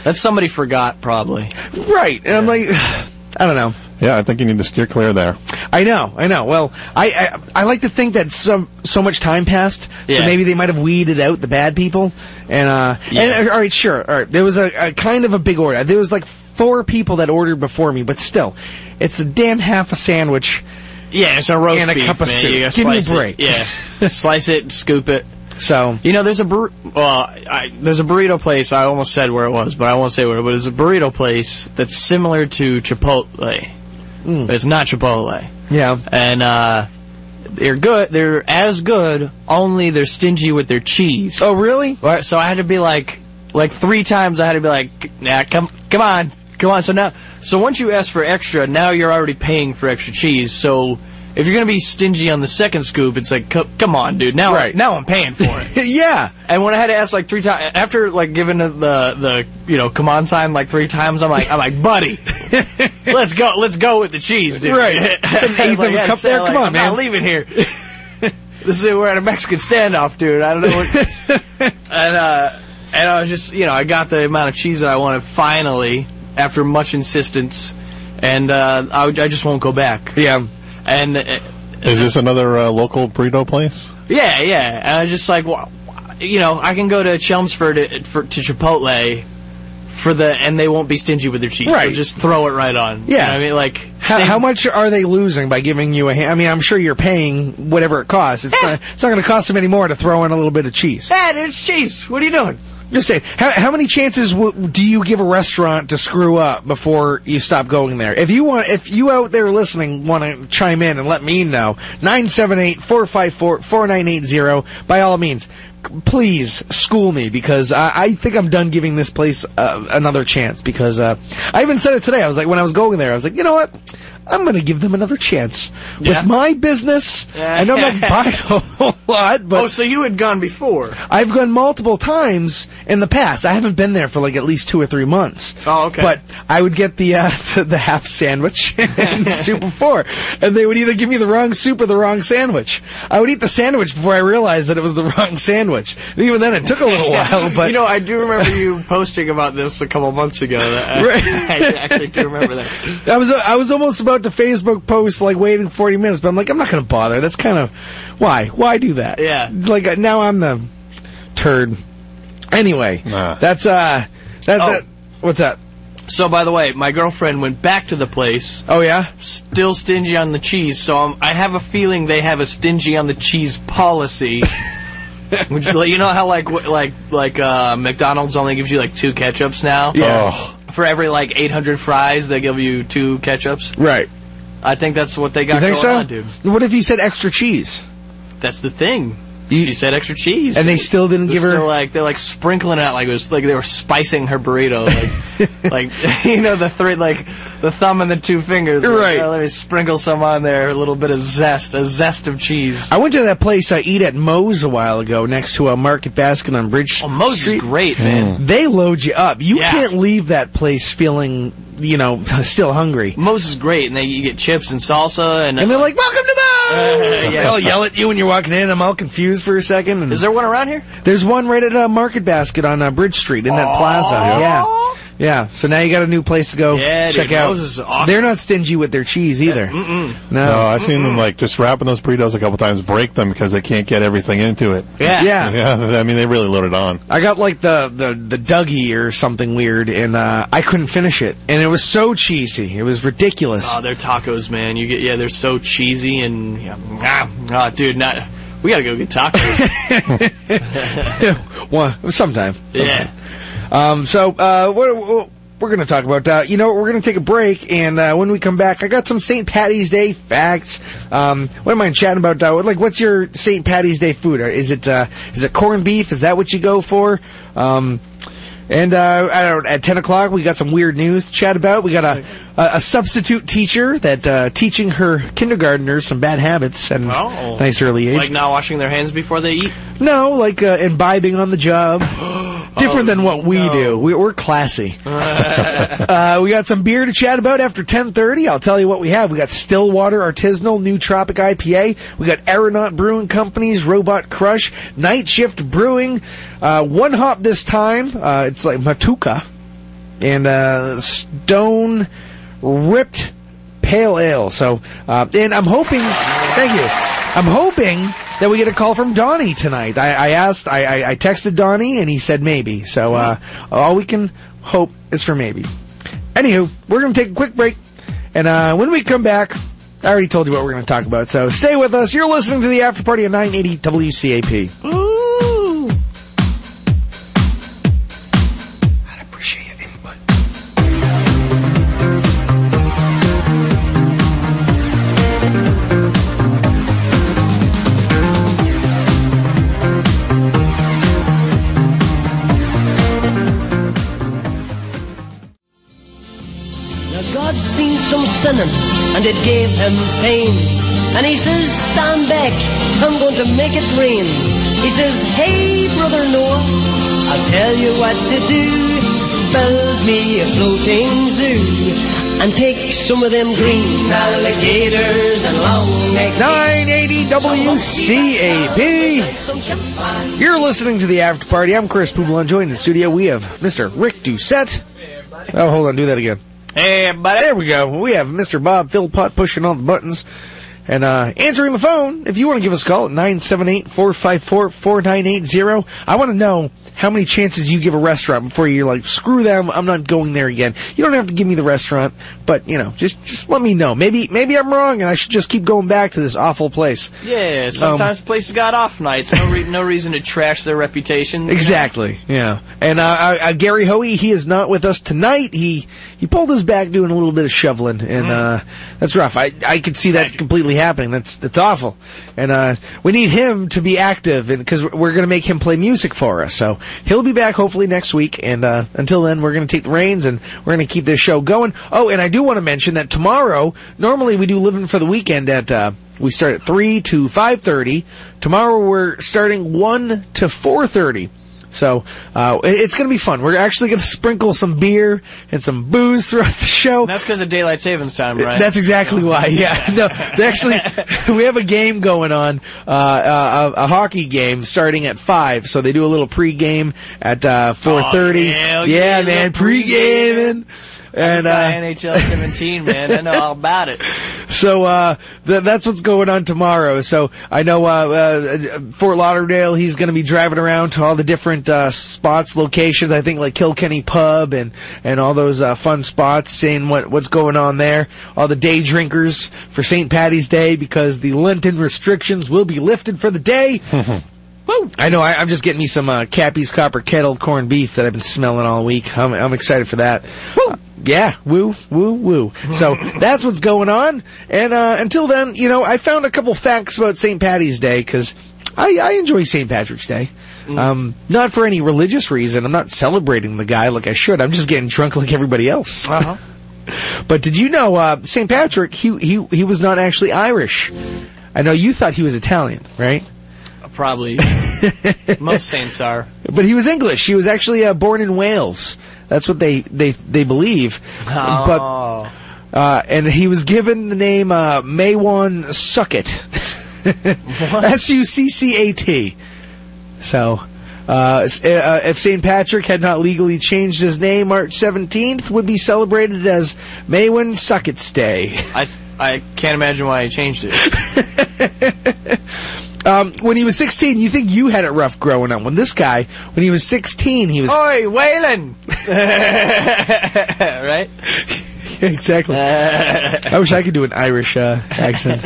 [SPEAKER 4] that's somebody forgot probably.
[SPEAKER 3] right. And I'm like, I don't know.
[SPEAKER 5] Yeah, I think you need to steer clear there.
[SPEAKER 3] I know, I know. Well, I I, I like to think that some so much time passed, so
[SPEAKER 4] Yeah.
[SPEAKER 3] maybe they might have weeded out the bad people. And uh, and
[SPEAKER 4] Yeah.
[SPEAKER 3] all right, sure, all right. There was a, a kind of a big order. There was like four people that ordered before me, but still, it's a damn half a sandwich.
[SPEAKER 4] Yeah, it's a roast
[SPEAKER 3] And a
[SPEAKER 4] beef,
[SPEAKER 3] cup of
[SPEAKER 4] man.
[SPEAKER 3] soup.
[SPEAKER 4] You gotta
[SPEAKER 3] Give me a
[SPEAKER 4] slice it.
[SPEAKER 3] break.
[SPEAKER 4] Yeah, slice it, scoop it.
[SPEAKER 3] So
[SPEAKER 4] You know, there's a bur- well, I, there's a burrito place. I almost said where it was, but I won't say where. But it's a burrito place that's similar to Chipotle.
[SPEAKER 3] mm,
[SPEAKER 4] But it's not Chipotle,
[SPEAKER 3] yeah,
[SPEAKER 4] and uh, they're good. They're as good, only they're stingy with their cheese.
[SPEAKER 3] Oh, really?
[SPEAKER 4] Right, so I had to be like, like three times. I had to be like, nah, come, come on, come on. So now, so once you ask for extra, now you're already paying for extra cheese. So if you're gonna be stingy on the second scoop, it's like, co- come on, dude. Now,
[SPEAKER 3] Right.
[SPEAKER 4] now I'm paying for it.
[SPEAKER 3] yeah.
[SPEAKER 4] And when I had to ask like three times after like giving the the you know come on sign like three times, I'm like I'm like buddy, let's go let's go with the cheese, dude.
[SPEAKER 3] Right.
[SPEAKER 4] I'm
[SPEAKER 3] Eighth of a
[SPEAKER 4] I
[SPEAKER 3] cup
[SPEAKER 4] said,
[SPEAKER 3] there,
[SPEAKER 4] like,
[SPEAKER 3] come on,
[SPEAKER 4] I'm not
[SPEAKER 3] man.
[SPEAKER 4] leaving here. this is we're at a Mexican standoff, dude. I don't know. What, and uh, and I was just you know I got the amount of cheese that I wanted finally after much insistence, and uh, I would- I just won't go back.
[SPEAKER 3] yeah.
[SPEAKER 4] And uh,
[SPEAKER 5] Is this another uh, local burrito place?
[SPEAKER 4] yeah, yeah. And I was just like, well, you know, I can go to Chelmsford to, for, to Chipotle for the, and they won't be stingy with their cheese. So
[SPEAKER 3] Right.
[SPEAKER 4] just throw it right on.
[SPEAKER 3] Yeah.
[SPEAKER 4] You know what I mean, like,
[SPEAKER 3] How,
[SPEAKER 4] same-
[SPEAKER 3] how much are they losing by giving you a ham? I mean, I'm sure you're paying whatever it costs. It's not, it's not going to cost them any more to throw in a little bit of cheese.
[SPEAKER 4] Hey, there's cheese. What are you doing?
[SPEAKER 3] Just saying, how, how many chances w- do you give a restaurant to screw up before you stop going there? If you want, if you out there listening want to chime in and let me know, nine seven eight four five four four nine eight zero. By all means, c- please school me because I, I think I'm done giving this place uh, another chance. Because uh, I even said it today. I was like, when I was going there, I was like, you know what? I'm going to give them another chance
[SPEAKER 4] Yeah.
[SPEAKER 3] with my business. I know I'm not buying a whole lot, but
[SPEAKER 4] oh, so you had gone before.
[SPEAKER 3] I've gone multiple times in the past. I haven't been there for like at least two or three months.
[SPEAKER 4] Oh, okay.
[SPEAKER 3] But I would get the uh, the, the half sandwich and soup before, and they would either give me the wrong soup or the wrong sandwich. I would eat the sandwich before I realized that it was the wrong sandwich. And even then, it took a little while. But
[SPEAKER 4] you know, I do remember you posting about this a couple months ago. That,
[SPEAKER 3] Right.
[SPEAKER 4] I actually do remember that.
[SPEAKER 3] I was I was almost about to Facebook post like waiting 40 minutes, but I'm like I'm not gonna bother. That's kind of why why do that?
[SPEAKER 4] Yeah.
[SPEAKER 3] Like uh, now I'm the turd. Anyway,
[SPEAKER 5] Nah.
[SPEAKER 3] that's uh that,
[SPEAKER 4] Oh.
[SPEAKER 3] that what's that?
[SPEAKER 4] So, by the way, my girlfriend went back to the place
[SPEAKER 3] Oh yeah.
[SPEAKER 4] still stingy on the cheese, so I'm, I have a feeling they have a stingy on the cheese policy. Which, like, you know how like wh- like like uh, McDonald's only gives you like two ketchups now.
[SPEAKER 3] Yeah.
[SPEAKER 5] Oh,
[SPEAKER 4] For every like 800 fries, they give you two ketchups.
[SPEAKER 3] Right.
[SPEAKER 4] I think that's what they got
[SPEAKER 3] You think
[SPEAKER 4] going
[SPEAKER 3] so?
[SPEAKER 4] on, dude.
[SPEAKER 3] What if you said extra cheese?
[SPEAKER 4] That's the thing. She said extra cheese,
[SPEAKER 3] And they still didn't
[SPEAKER 4] They're
[SPEAKER 3] give her.
[SPEAKER 4] still, uh, like they're like sprinkling it out like it was like they were spicing her burrito like like you know the three like the thumb and the two fingers like,
[SPEAKER 3] Right.
[SPEAKER 4] "Oh, let me sprinkle some on there a little bit of zest a zest of cheese
[SPEAKER 3] I went to that place I eat at Moe's a while ago, next to a Market Basket on Bridge
[SPEAKER 4] oh Moe's
[SPEAKER 3] Street.
[SPEAKER 4] is great man
[SPEAKER 3] They load you up. You
[SPEAKER 4] Yeah.
[SPEAKER 3] can't leave that place feeling, you know, still hungry.
[SPEAKER 4] Moe's is great and they you get chips and salsa and,
[SPEAKER 3] And they're like, "Welcome to Moe's."
[SPEAKER 4] Uh, yeah.
[SPEAKER 3] They'll yell at you when you're walking in. I'm all confused for a second. And
[SPEAKER 4] is there uh, one around here
[SPEAKER 3] There's one right at uh, Market Basket on uh, Bridge Street in that plaza. Yeah. Yeah, so now you got a new place to go
[SPEAKER 4] Yeah, dude,
[SPEAKER 3] check out.
[SPEAKER 4] Moe's is awesome.
[SPEAKER 3] They're not stingy with their cheese either.
[SPEAKER 4] Mm-mm.
[SPEAKER 3] No.
[SPEAKER 5] No, I've seen them like just wrapping those burritos a couple times, break them because they can't get everything into it.
[SPEAKER 4] Yeah.
[SPEAKER 3] Yeah.
[SPEAKER 5] Yeah, I mean they really loaded on.
[SPEAKER 3] I got like the the the Dougie or something weird, and uh, I couldn't finish it, and it was so cheesy, it was ridiculous.
[SPEAKER 4] Oh, they're tacos, man. You get yeah, they're so cheesy and yeah, ah, ah, dude, not we gotta go get tacos.
[SPEAKER 3] well, sometime.
[SPEAKER 4] yeah.
[SPEAKER 3] Um, so uh, what, what we're going to talk about? Uh, you know, we're going to take a break, and uh, when we come back, I got some St. Patty's Day facts. Um, what am I chatting about? Uh, like, what's your St. Patty's Day food? Uh, Is it uh, is it corned beef? Is that what you go for? Um, and uh, I don't, at 10 o'clock, we got some weird news to chat about. We got a, a, a substitute teacher that uh, teaching her kindergartners some bad habits at a
[SPEAKER 4] Oh.
[SPEAKER 3] nice early age.
[SPEAKER 4] Like not washing their hands before they eat.
[SPEAKER 3] no, like uh, imbibing on the job. Different than what we
[SPEAKER 4] Oh, no.
[SPEAKER 3] do. We, we're classy. Uh, we got some beer to chat about after 10:30. I'll tell you what we have. We got Stillwater Artisanal New Tropic IPA. We got Aeronaut Brewing Company's Robot Crush, Night Shift Brewing, uh, one hop this time. Uh, it's like Matuka, and uh, Stone Ripped Pale Ale. So, uh, and I'm hoping. Thank you. I'm hoping that we get a call from Donnie tonight. I, I asked, I, I, I texted Donnie, and he said maybe. So uh, all we can hope is for maybe. Anywho, we're going to take a quick break, and uh, when we come back, I already told you what we're going to talk about. So stay with us. You're listening to the After Party on 980 WCAP.
[SPEAKER 6] Now God seen some sinning, and it gave him pain. And he says, Stand back, I'm going to make it rain. He says, Hey, brother Noah, I'll tell you what to do. Build me a floating zoo, and take some of them green alligators and long neck
[SPEAKER 3] 980 WCAP. You're listening to the After Party. I'm Chris Poubelon. Joined in the studio, we have Mr. Rick Doucette. Oh, hold on, do that again.
[SPEAKER 4] Hey, buddy.
[SPEAKER 3] There we go. We have Mr. Bob Philpott pushing all the buttons and uh, answering the phone. If you want to give us a call at 978-454-4980, I want to know how many chances you give a restaurant before you're like, screw them, I'm not going there again. You don't have to give me the restaurant, but you know, just just let me know. Maybe maybe I'm wrong and I should just keep going back to this awful place.
[SPEAKER 4] Yeah, sometimes
[SPEAKER 3] Um,
[SPEAKER 4] places got off nights. No, re- no reason to trash their reputation.
[SPEAKER 3] Exactly. Yeah. And uh, uh, Gary Hoey, he is not with us tonight. He he pulled his back doing a little bit of shoveling, and uh, that's rough. I I could see that completely happening. That's that's awful. And uh, we need him to be active, and because we're gonna make him play music for us. So he'll be back hopefully next week. And uh, until then, we're gonna take the reins and we're gonna keep this show going. Oh, and I do want to mention that tomorrow, normally we do living for the weekend at. Uh, we start at three to five thirty. Tomorrow we're starting one to four thirty. So uh, it- it's going to be fun. We're actually going to sprinkle some beer and some booze throughout the show.
[SPEAKER 4] And that's because of daylight savings time, right?
[SPEAKER 3] That's exactly why. Yeah. No, they actually, we have a game going on, uh, uh, a, a hockey game starting at five. So they do a little pregame at uh, four thirty.
[SPEAKER 4] Oh, hell
[SPEAKER 3] yeah,
[SPEAKER 4] yeah,
[SPEAKER 3] man,
[SPEAKER 4] little
[SPEAKER 3] pregaming.
[SPEAKER 4] This
[SPEAKER 3] And
[SPEAKER 4] guy
[SPEAKER 3] uh,
[SPEAKER 4] NHL 17, man. I know all about it.
[SPEAKER 3] so uh, th- that's what's going on tomorrow. So I know uh, uh, Fort Lauderdale. He's going to be driving around to all the different uh, spots, locations. I think like Kilkenny Pub and and all those uh, fun spots, seeing what what's going on there. All the day drinkers for St. Patty's Day because the Lenten restrictions will be lifted for the day. Woo! I know. I, I'm just getting me some uh, Cappy's Copper Kettle corned beef that I've been smelling all week. I'm, I'm excited for that. Woo! yeah, woo, woo, woo. So that's what's going on. And uh, until then, you know, I found a couple facts about St. Patty's Day because I, I enjoy St. Patrick's Day. Um, not for any religious reason. I'm not celebrating the guy like I should. I'm just getting drunk like everybody else.
[SPEAKER 4] Uh-huh.
[SPEAKER 3] But did you know uh, St. Patrick? He he he was not actually Irish. I know you thought he was Italian, right?
[SPEAKER 4] Probably. Most saints are.
[SPEAKER 3] But he was English. He was actually uh, born in Wales. That's what they they they believe.
[SPEAKER 4] Oh.
[SPEAKER 3] But uh, and he was given the name uh, Maywan Suckett. S U C C A T. So Uh, s- uh, if St. Patrick had not legally changed his name, March 17th would be celebrated as Maywin Suckett's Day.
[SPEAKER 4] I I can't imagine why I changed it.
[SPEAKER 3] um, when he was 16, you think you had it rough growing up. When this guy, when he was 16, he was
[SPEAKER 4] Oi, Waylon! right?
[SPEAKER 3] exactly.
[SPEAKER 4] Uh,
[SPEAKER 3] I wish I could do an Irish uh, accent.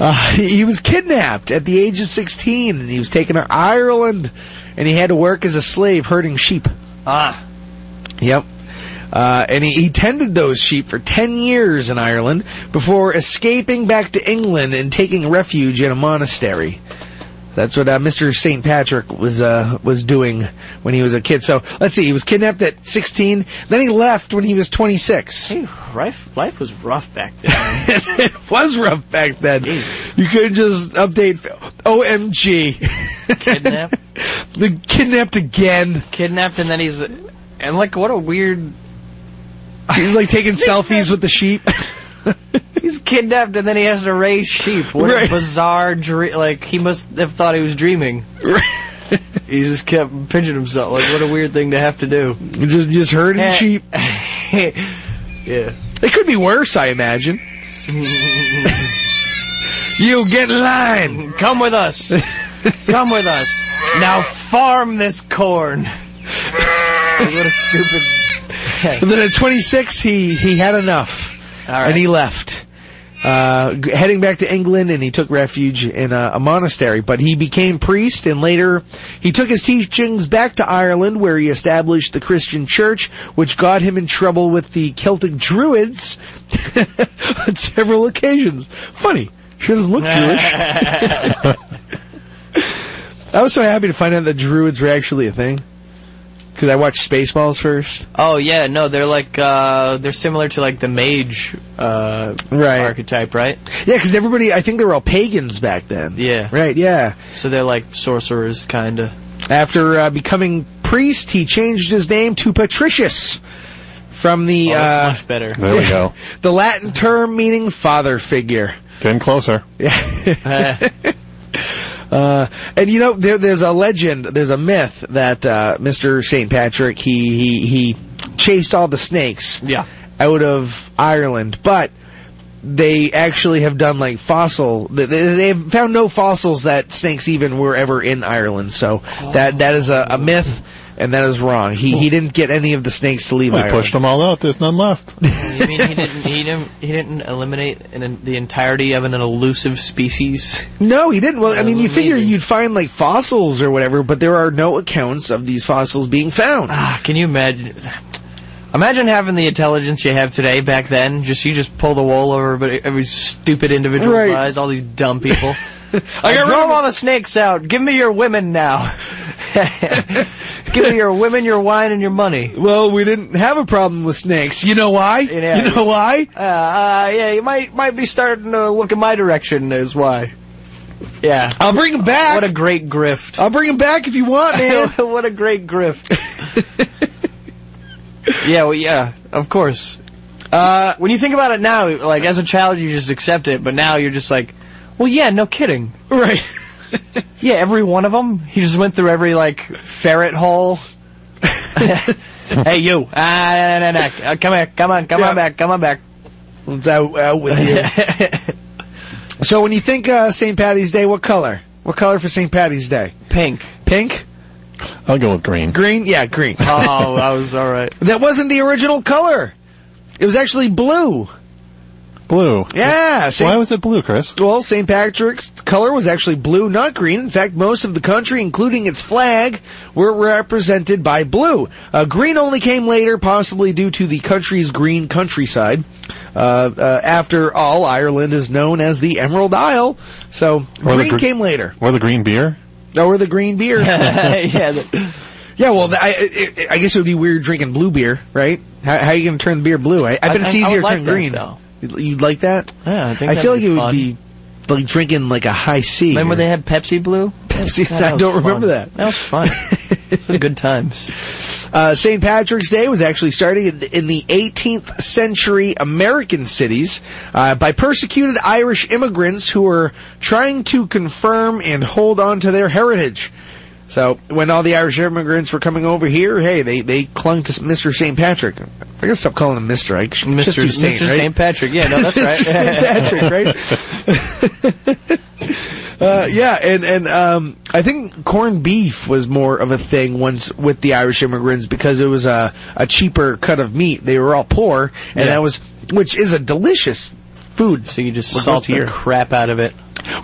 [SPEAKER 3] Uh, he he was kidnapped at the age of 16, and he was taken to Ireland, and he had to work as a slave herding sheep.
[SPEAKER 4] ah,
[SPEAKER 3] Yep. Uh, and he, he tended those sheep for 10 years in Ireland before escaping back to England and taking refuge in a monastery. That's what uh, Mr. St. Patrick was uh, was doing when he was a kid. So let's see, he was kidnapped at 16. Then he left when he was 26.
[SPEAKER 4] hey, life, life was rough back then.
[SPEAKER 3] it was rough back then. You couldn't just update. OMG.
[SPEAKER 4] Kidnapped?
[SPEAKER 3] The- kidnapped again.
[SPEAKER 4] Kidnapped and then he's... And like, what a weird...
[SPEAKER 3] He's like taking selfies with the sheep.
[SPEAKER 4] He's kidnapped and then he has to raise sheep. What
[SPEAKER 3] Right.
[SPEAKER 4] a bizarre dream. Like, he must have thought he was dreaming. He just kept pinching himself. Like, what a weird thing to have to do.
[SPEAKER 3] You just, just herding
[SPEAKER 4] Eh.
[SPEAKER 3] sheep.
[SPEAKER 4] yeah.
[SPEAKER 3] It could be worse, I imagine. you get in line.
[SPEAKER 4] Come with us. Come with us. Now farm this corn. what a stupid.
[SPEAKER 3] But then at 26, he, he had enough,
[SPEAKER 4] All right.
[SPEAKER 3] and he left, uh, g- heading back to England, and he took refuge in a, a monastery. But he became priest, and later he took his teachings back to Ireland, where he established the Christian Church, which got him in trouble with the Celtic Druids on several occasions. Funny, sure doesn't look Jewish. I was so happy to find out that Druids were actually a thing. Because I watched Spaceballs first.
[SPEAKER 4] oh yeah, no, they're like uh, they're similar to like the mage uh,
[SPEAKER 3] Right.
[SPEAKER 4] archetype, right?
[SPEAKER 3] Yeah, because everybody, I think they were all pagans back then.
[SPEAKER 4] Yeah.
[SPEAKER 3] Right, yeah.
[SPEAKER 4] So they're like sorcerers, kinda.
[SPEAKER 3] After uh, becoming priest, he changed his name to Patricius from the
[SPEAKER 4] Oh,
[SPEAKER 3] uh,
[SPEAKER 4] that's much better.
[SPEAKER 5] There we go.
[SPEAKER 3] the Latin term meaning father figure.
[SPEAKER 5] Getting closer.
[SPEAKER 3] Yeah.
[SPEAKER 4] Eh.
[SPEAKER 3] Uh, and you know, there, there's a legend, there's a myth that uh, Mr. St. Patrick he, he he chased all the snakes
[SPEAKER 4] Yeah.
[SPEAKER 3] out of Ireland, but they actually have done like fossil. th- th- They've found no fossils that snakes even were ever in Ireland. So that that is a, a myth, and that is wrong. He he didn't get any of the snakes to leave
[SPEAKER 5] Well, they
[SPEAKER 3] Ireland.
[SPEAKER 5] pushed them all out. There's none left.
[SPEAKER 4] You mean he didn't he didn't he didn't eliminate an, the entirety of an elusive species?
[SPEAKER 3] No, he didn't. Well, I
[SPEAKER 4] Yeah,
[SPEAKER 3] mean, you
[SPEAKER 4] amazing.
[SPEAKER 3] figure you'd find like fossils or whatever, but there are no accounts of these fossils being found.
[SPEAKER 4] Ah, can you imagine? Imagine having the intelligence you have today back then. Just you just pull the wool over everybody, every stupid individual's
[SPEAKER 3] Right.
[SPEAKER 4] eyes. All these dumb people. I
[SPEAKER 3] got rid
[SPEAKER 4] drove
[SPEAKER 3] of-
[SPEAKER 4] all the snakes out. Give me your women now. Give me your women, your wine, and your money.
[SPEAKER 3] Well, we didn't have a problem with snakes. You know why?
[SPEAKER 4] Yeah.
[SPEAKER 3] You know why?
[SPEAKER 4] Uh, uh, yeah, you might might be starting to look in my direction. Is why. Yeah.
[SPEAKER 3] I'll bring him back.
[SPEAKER 4] What a great grift.
[SPEAKER 3] I'll bring him back if you want, man.
[SPEAKER 4] what a great grift. Yeah, well, yeah, of course. Uh, when you think about it now, like as a child, you just accept it, but now you're just like, well, yeah, no kidding.
[SPEAKER 3] right.
[SPEAKER 4] Yeah, every one of them. He just went through every like ferret hole. hey, you! Ah, nah, nah, nah, nah. Uh, come here! Come on! Come
[SPEAKER 3] Yeah.
[SPEAKER 4] on back! Come on back!
[SPEAKER 3] It's out, out with you. so when you think uh, St. Patty's Day, what color? What color for St. Patty's Day?
[SPEAKER 4] Pink.
[SPEAKER 3] Pink?
[SPEAKER 5] I'll go with green.
[SPEAKER 3] Green? Yeah, green.
[SPEAKER 4] Oh, I was all right.
[SPEAKER 3] That wasn't the original color. It was actually blue.
[SPEAKER 5] Blue.
[SPEAKER 3] Yeah. St.
[SPEAKER 5] Why was it blue, Chris?
[SPEAKER 3] Well, St. Patrick's color was actually blue, not green. In fact, most of the country, including its flag, were represented by blue. Uh, green only came later, possibly due to the country's green countryside. Uh, uh, after all, Ireland is known as the Emerald Isle, so
[SPEAKER 5] Or the
[SPEAKER 3] green
[SPEAKER 5] gr-
[SPEAKER 3] came later.
[SPEAKER 5] Or the green beer?
[SPEAKER 3] Or the green beer.
[SPEAKER 4] yeah, the-
[SPEAKER 3] yeah, well, th- I, I- I guess it would be weird drinking blue beer, right? How, how are you going to turn the beer blue? I, I bet it's
[SPEAKER 4] I- I
[SPEAKER 3] easier
[SPEAKER 4] would like
[SPEAKER 3] to turn
[SPEAKER 4] that,
[SPEAKER 3] green.
[SPEAKER 4] though.
[SPEAKER 3] You'd you'd like that?
[SPEAKER 4] yeah. I, think
[SPEAKER 3] I
[SPEAKER 4] that'd
[SPEAKER 3] feel like it would
[SPEAKER 4] fun.
[SPEAKER 3] be like drinking like a high C.
[SPEAKER 4] Remember
[SPEAKER 3] or-
[SPEAKER 4] they had Pepsi Blue?
[SPEAKER 3] Pepsi.
[SPEAKER 4] Yeah, that
[SPEAKER 3] I
[SPEAKER 4] was
[SPEAKER 3] don't
[SPEAKER 4] fun.
[SPEAKER 3] remember that.
[SPEAKER 4] That was fun. Those were good times.
[SPEAKER 3] Uh, St. Patrick's Day was actually started in, in the 18th century American cities uh, by persecuted Irish immigrants who were trying to confirm and hold on to their heritage. So when all the Irish immigrants were coming over here, hey, they they clung to Mr. St. Patrick. I gotta stop calling him Mr. I should
[SPEAKER 4] Mr.
[SPEAKER 3] just do Saint,
[SPEAKER 4] Mr.
[SPEAKER 3] right?
[SPEAKER 4] St. Patrick. Yeah, no, that's right.
[SPEAKER 3] Mr. St. Patrick, right? uh, yeah, and and um, I think corned beef was more of a thing once with the Irish immigrants because it was a a cheaper cut of meat. They were all poor, and
[SPEAKER 4] Yeah.
[SPEAKER 3] that was which is a delicious food.
[SPEAKER 4] So you just
[SPEAKER 3] What's
[SPEAKER 4] salt the
[SPEAKER 3] here?
[SPEAKER 4] crap out of it.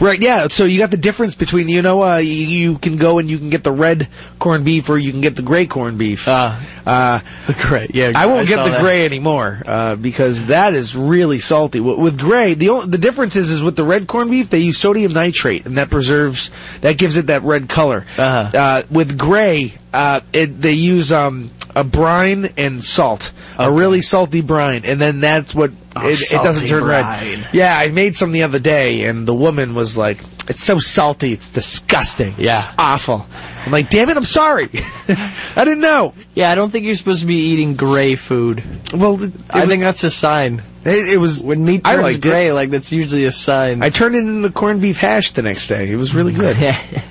[SPEAKER 3] Right, yeah. So you got the difference between you know uh, you, you can go and you can get the red corned beef or you can get the gray corned beef.
[SPEAKER 4] Ah,
[SPEAKER 3] Uh,
[SPEAKER 4] the gray. Yeah,
[SPEAKER 3] I won't get
[SPEAKER 4] saw
[SPEAKER 3] the
[SPEAKER 4] that.
[SPEAKER 3] gray anymore uh, because that is really salty. With, with gray, the only, the difference is is with the red corned beef they use sodium nitrate and that preserves that gives it that red color.
[SPEAKER 4] Uh-huh.
[SPEAKER 3] Uh, with gray, uh, it, they use um, a brine and salt, a
[SPEAKER 4] Okay.
[SPEAKER 3] really salty brine, and then that's what
[SPEAKER 4] Oh,
[SPEAKER 3] it, it doesn't
[SPEAKER 4] salty
[SPEAKER 3] turn
[SPEAKER 4] brine.
[SPEAKER 3] red. Yeah, I made some the other day, and the woman was like, "It's so salty, it's disgusting.
[SPEAKER 4] Yeah.
[SPEAKER 3] it's awful." I'm like, "Damn it, I'm sorry. I didn't know."
[SPEAKER 4] Yeah, I don't think you're supposed to be eating gray food.
[SPEAKER 3] Well, it,
[SPEAKER 4] I think that's a sign.
[SPEAKER 3] it, it was
[SPEAKER 4] When meat
[SPEAKER 3] I
[SPEAKER 4] turns
[SPEAKER 3] liked it.
[SPEAKER 4] gray, like that's usually a sign.
[SPEAKER 3] I turned it into corned beef hash the next day. It was really good.
[SPEAKER 4] Yeah.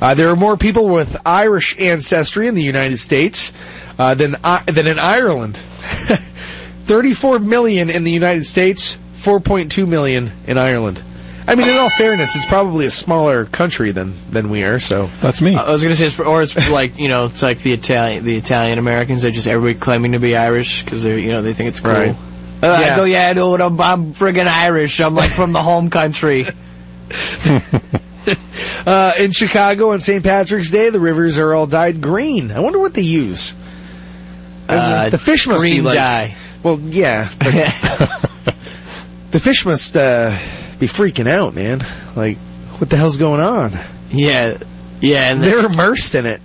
[SPEAKER 3] Uh, there are more people with Irish ancestry in the United States uh, than I than in Ireland. 34 million in the United States, 4.2 million in Ireland. I mean, in all fairness, it's probably a smaller country than than we are. So
[SPEAKER 5] That's me.
[SPEAKER 3] Uh,
[SPEAKER 4] I was gonna say, it's, or it's like you know, it's like the Italian, the Italian Americans. They're just everybody claiming to be Irish because they, you know, they think it's cool.
[SPEAKER 3] Right.
[SPEAKER 4] Uh,
[SPEAKER 3] Yeah.
[SPEAKER 4] I go, yeah, I know what I'm, I'm friggin' Irish. I'm like from the home country.
[SPEAKER 3] uh, in Chicago on St. Patrick's Day, the rivers are all dyed green. I wonder what they use.
[SPEAKER 4] Uh,
[SPEAKER 3] the fish must be
[SPEAKER 4] green
[SPEAKER 3] like,
[SPEAKER 4] dye.
[SPEAKER 3] Well, yeah, but the fish must uh, be freaking out, man. Like, what the hell's going on?
[SPEAKER 4] yeah, yeah, and
[SPEAKER 3] They're immersed in it.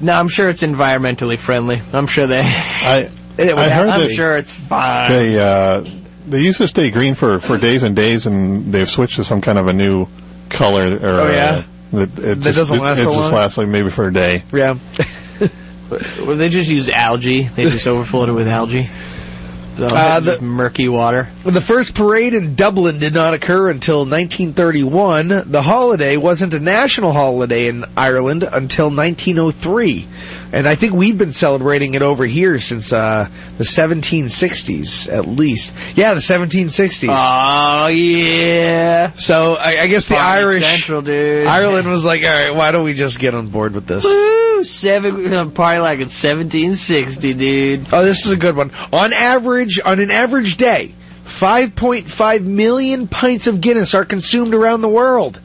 [SPEAKER 4] no, I'm sure it's environmentally friendly. I'm sure they.
[SPEAKER 5] I
[SPEAKER 3] It would
[SPEAKER 5] I heard
[SPEAKER 4] I'm
[SPEAKER 5] that
[SPEAKER 4] sure it's fine.
[SPEAKER 5] they uh, they used to stay green for, for days and days, and they've switched to some kind of a new color. Or,
[SPEAKER 3] Oh, yeah?
[SPEAKER 5] uh, that it
[SPEAKER 3] That
[SPEAKER 5] just,
[SPEAKER 3] doesn't
[SPEAKER 5] it,
[SPEAKER 3] last
[SPEAKER 5] it
[SPEAKER 3] so
[SPEAKER 5] just
[SPEAKER 3] long?
[SPEAKER 5] lasts like maybe for a day.
[SPEAKER 3] Yeah.
[SPEAKER 4] Well, they just used algae. They just overfilled it with algae. So
[SPEAKER 3] Uh,
[SPEAKER 4] it's just
[SPEAKER 3] the-
[SPEAKER 4] murky water.
[SPEAKER 3] When the first parade in Dublin did not occur until 1931, the holiday wasn't a national holiday in Ireland until 1903. And I think we've been celebrating it over here since uh, the 1760s, at least. Yeah, the 1760s.
[SPEAKER 4] Oh yeah,
[SPEAKER 3] so I, I guess the
[SPEAKER 4] Party
[SPEAKER 3] Irish.
[SPEAKER 4] Central dude.
[SPEAKER 3] Ireland was like, all right, why don't we just get on board with this?
[SPEAKER 4] Woo, seven uh, party like it's 1760, dude.
[SPEAKER 3] Oh, this is a good one. On average, on an average day, 5.5 million pints of Guinness are consumed around the world.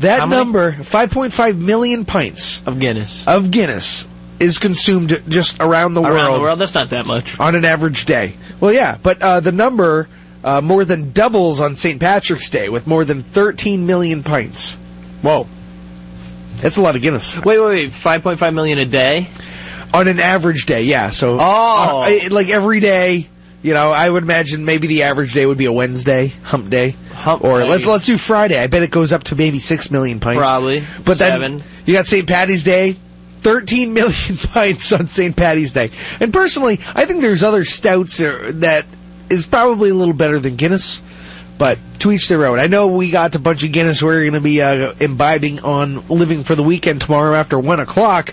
[SPEAKER 3] That
[SPEAKER 4] How many?
[SPEAKER 3] number, 5.5 million pints
[SPEAKER 4] Of Guinness
[SPEAKER 3] of Guinness, is consumed just around the
[SPEAKER 4] around
[SPEAKER 3] world
[SPEAKER 4] the world. That's not that much.
[SPEAKER 3] on an average day. Well, yeah, but uh, the number uh, more than doubles on St. Patrick's Day with more than 13 million pints. Whoa. That's a lot of Guinness.
[SPEAKER 4] Wait, wait, wait. 5.5 million a day.
[SPEAKER 3] On an average day, yeah. So,
[SPEAKER 4] Oh.
[SPEAKER 3] Uh, it- like every day, you know, I would imagine maybe the average day would be a Wednesday, hump day,
[SPEAKER 4] Hump
[SPEAKER 3] or
[SPEAKER 4] day.
[SPEAKER 3] let's let's do Friday. I bet it goes up to maybe six million pints.
[SPEAKER 4] Probably.
[SPEAKER 3] but
[SPEAKER 4] seven.
[SPEAKER 3] then you got St. Patty's Day. 13 million pints on St. Patty's Day. And personally, I think there's other stouts there that is probably a little better than Guinness, but to each their own. I know we got a bunch of Guinness. We're going to be uh, imbibing on Living for the Weekend tomorrow after 1 o'clock.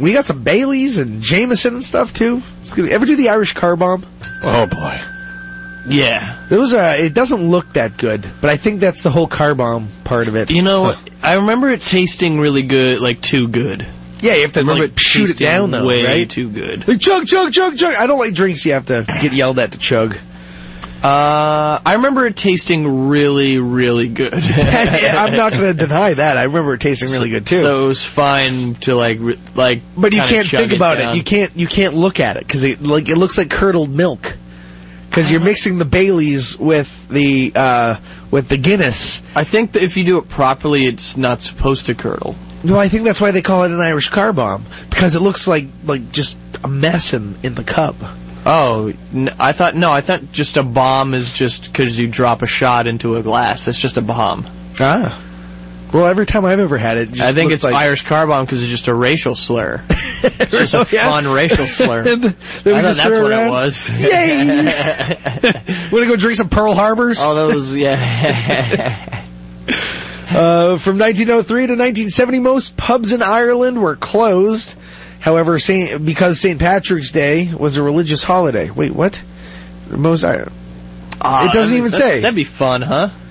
[SPEAKER 3] We got some Baileys and Jameson and stuff too. It's gonna, ever do the Irish car bomb?
[SPEAKER 5] Oh boy.
[SPEAKER 4] yeah.
[SPEAKER 3] Those are. uh, It doesn't look that good, but I think that's the whole car bomb part of it.
[SPEAKER 4] You know, I remember it tasting really good, like too good.
[SPEAKER 3] Yeah, you have to remember
[SPEAKER 4] like,
[SPEAKER 3] to shoot it
[SPEAKER 4] tasting
[SPEAKER 3] down though,
[SPEAKER 4] way
[SPEAKER 3] right?
[SPEAKER 4] Too good.
[SPEAKER 3] Like chug, chug, chug, chug. I don't like drinks. You have to get yelled at to chug.
[SPEAKER 4] Uh, I remember it tasting really, really good.
[SPEAKER 3] I'm not going to deny that. I remember it tasting really good too.
[SPEAKER 4] So it was fine to like, re- like.
[SPEAKER 3] but you
[SPEAKER 4] kinda
[SPEAKER 3] can't
[SPEAKER 4] chug
[SPEAKER 3] think about it.
[SPEAKER 4] down.
[SPEAKER 3] You can't. You can't look at it because it like it looks like curdled milk. Because you're mixing the Baileys with the uh, with the Guinness.
[SPEAKER 4] I think that if you do it properly, it's not supposed to curdle.
[SPEAKER 3] No, I think that's why they call it an Irish car bomb because it looks like like just a mess in in the cup.
[SPEAKER 4] Oh, n- I thought no, I thought just a bomb is just because you drop a shot into a glass. That's just a bomb.
[SPEAKER 3] Ah. Well, every time I've ever had it, it just
[SPEAKER 4] I think
[SPEAKER 3] looked
[SPEAKER 4] it's
[SPEAKER 3] like
[SPEAKER 4] Irish car bomb because it's just a racial slur.
[SPEAKER 3] it's
[SPEAKER 4] just a fun racial slur.
[SPEAKER 3] I thought
[SPEAKER 4] I thought that's what it was.
[SPEAKER 3] Yay!
[SPEAKER 4] Oh.
[SPEAKER 3] Want to go drink some Pearl Harbors?
[SPEAKER 4] All those, yeah.
[SPEAKER 3] Uh, from 1903 to 1970, most pubs in Ireland were closed. However, Saint, because St. Patrick's Day was a religious holiday. Wait, what? Most I-
[SPEAKER 4] Ah,
[SPEAKER 3] It doesn't
[SPEAKER 4] that'd-
[SPEAKER 3] even
[SPEAKER 4] that'd-
[SPEAKER 3] say.
[SPEAKER 4] That'd be fun, huh?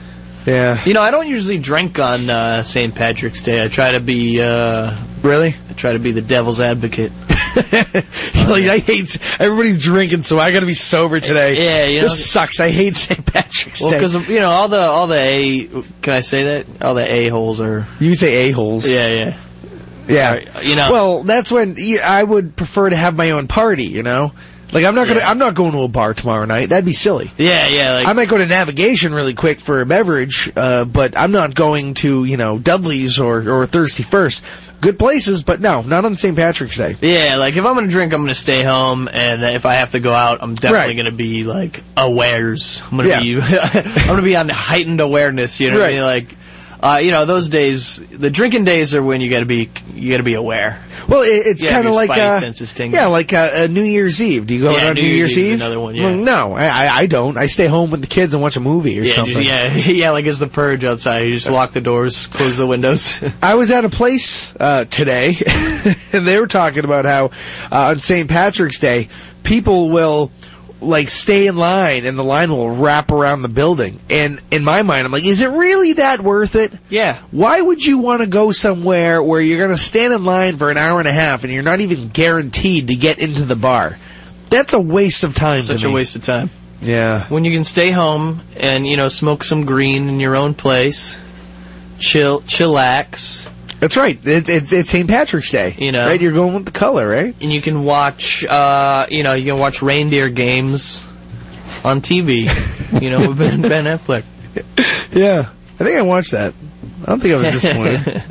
[SPEAKER 3] Yeah.
[SPEAKER 4] You know, I don't usually drink on uh, St. Patrick's Day. I try to be uh,
[SPEAKER 3] Really?
[SPEAKER 4] I try to be the devil's advocate.
[SPEAKER 3] like I hate everybody's drinking, so I got to be sober today.
[SPEAKER 4] Yeah, you know-
[SPEAKER 3] this sucks. I hate St. Patrick's
[SPEAKER 4] Well,
[SPEAKER 3] Day.
[SPEAKER 4] because you know all the all the a can I say that all the a holes are
[SPEAKER 3] you say a holes.
[SPEAKER 4] yeah yeah
[SPEAKER 3] yeah.
[SPEAKER 4] you know
[SPEAKER 3] Well, that's when yeah, I would prefer to have my own party. You know, like I'm not gonna,
[SPEAKER 4] Yeah.
[SPEAKER 3] I'm not going to a bar tomorrow night. That'd be silly.
[SPEAKER 4] yeah yeah like
[SPEAKER 3] I might go to navigation really quick for a beverage, uh, but I'm not going to you know Dudley's or or Thirsty First. Good places, but no, not on St. Patrick's Day.
[SPEAKER 4] yeah like if I'm gonna drink I'm gonna stay home and if I have to go out I'm definitely
[SPEAKER 3] Right.
[SPEAKER 4] gonna be like awares I'm gonna
[SPEAKER 3] Yeah.
[SPEAKER 4] be I'm gonna be on heightened awareness you know
[SPEAKER 3] Right.
[SPEAKER 4] what I mean like. Uh, you know those days, the drinking days are when you got to be you got to be aware.
[SPEAKER 3] Well, it, it's
[SPEAKER 4] Yeah,
[SPEAKER 3] kind of
[SPEAKER 4] your
[SPEAKER 3] like
[SPEAKER 4] spidey
[SPEAKER 3] uh,
[SPEAKER 4] senses tingle.
[SPEAKER 3] yeah, like uh, uh, New Year's Eve. Do you go
[SPEAKER 4] Yeah,
[SPEAKER 3] out on New, Year's, Eve?
[SPEAKER 4] is another one, yeah.
[SPEAKER 3] Well, no, I I- I don't. I stay home with the kids and watch a movie or
[SPEAKER 4] Yeah,
[SPEAKER 3] something.
[SPEAKER 4] just, yeah, yeah. Like it's the purge outside. You just lock the doors, close the windows.
[SPEAKER 3] I was at a place uh, today, and they were talking about how uh, on St. Patrick's Day, people will like stay in line, and the line will wrap around the building. And in my mind, I'm like, is it really that worth it?
[SPEAKER 4] yeah,
[SPEAKER 3] Why would you want to go somewhere where you're going to stand in line for an hour and a half, and you're not even guaranteed to get into the bar? That's a waste of time.
[SPEAKER 4] such
[SPEAKER 3] to
[SPEAKER 4] a
[SPEAKER 3] me.
[SPEAKER 4] waste of time.
[SPEAKER 3] Yeah.
[SPEAKER 4] When you can stay home and you know smoke some green in your own place, chill, chillax,
[SPEAKER 3] That's right. It, it, it's St. Patrick's Day.
[SPEAKER 4] You know.
[SPEAKER 3] right? You're going with the color, right?
[SPEAKER 4] and you can watch, uh, you know, you can watch reindeer games on TV. you know, with Ben, ben Affleck.
[SPEAKER 3] Yeah. I think I watched that. I don't think I was disappointed.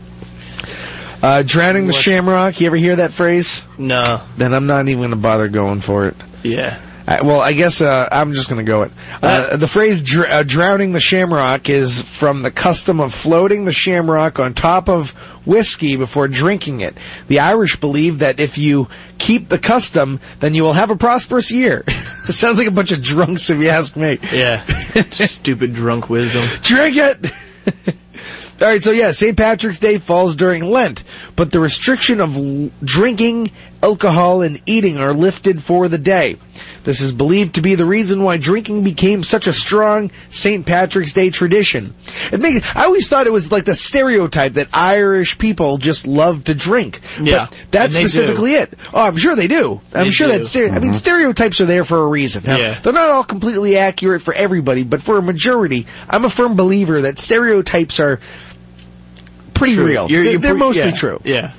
[SPEAKER 3] uh, drowning the
[SPEAKER 4] What?
[SPEAKER 3] shamrock. You ever hear that phrase?
[SPEAKER 4] no,
[SPEAKER 3] Then I'm not even going to bother going for it.
[SPEAKER 4] yeah,
[SPEAKER 3] I, well, I guess uh, I'm just going to go it. Uh,
[SPEAKER 4] Uh,
[SPEAKER 3] the phrase dr- uh, drowning the shamrock is from the custom of floating the shamrock on top of whiskey before drinking it. The Irish believe that if you keep the custom, then you will have a prosperous year. it sounds like a bunch of drunks if you ask me.
[SPEAKER 4] yeah. Stupid drunk wisdom.
[SPEAKER 3] Drink it! All right, so yeah, St. Patrick's Day falls during Lent, but the restriction of l- drinking, alcohol, and eating are lifted for the day. This is believed to be the reason why drinking became such a strong St. Patrick's Day tradition. It makes, I always thought it was like the stereotype that Irish people just love to drink.
[SPEAKER 4] Yeah,
[SPEAKER 3] But that's
[SPEAKER 4] and they do.
[SPEAKER 3] specifically it. Oh, I'm sure they do. I'm
[SPEAKER 4] They
[SPEAKER 3] sure
[SPEAKER 4] do.
[SPEAKER 3] that's stere- I mean, stereotypes are there for a reason. Now,
[SPEAKER 4] Mm-hmm. Yeah.
[SPEAKER 3] They're not all completely accurate for everybody, but for a majority, I'm a firm believer that stereotypes are pretty real.
[SPEAKER 4] You're-
[SPEAKER 3] they're
[SPEAKER 4] you're
[SPEAKER 3] they're
[SPEAKER 4] pre-
[SPEAKER 3] mostly
[SPEAKER 4] yeah,
[SPEAKER 3] true.
[SPEAKER 4] Yeah.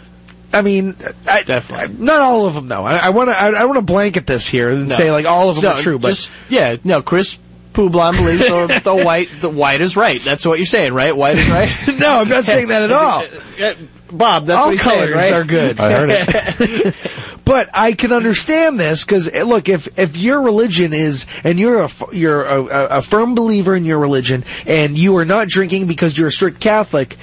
[SPEAKER 3] I mean, I,
[SPEAKER 4] Definitely.
[SPEAKER 3] I- not all of them though. I want to. I, want to blanket this here and
[SPEAKER 4] No.
[SPEAKER 3] say like all of them are true, but
[SPEAKER 4] just- yeah, no, Chris Poublon believes the, the white the white is right. That's what you're saying, right? White is right.
[SPEAKER 3] no, I'm not saying that at all.
[SPEAKER 4] Uh, Bob, that's
[SPEAKER 3] All
[SPEAKER 4] what he's saying,
[SPEAKER 3] colors
[SPEAKER 4] right?
[SPEAKER 3] are good.
[SPEAKER 5] I heard it.
[SPEAKER 3] But I can understand this because look, if if your religion is and you're a f- you're a, a, a firm believer in your religion and you are not drinking because you're a strict Catholic,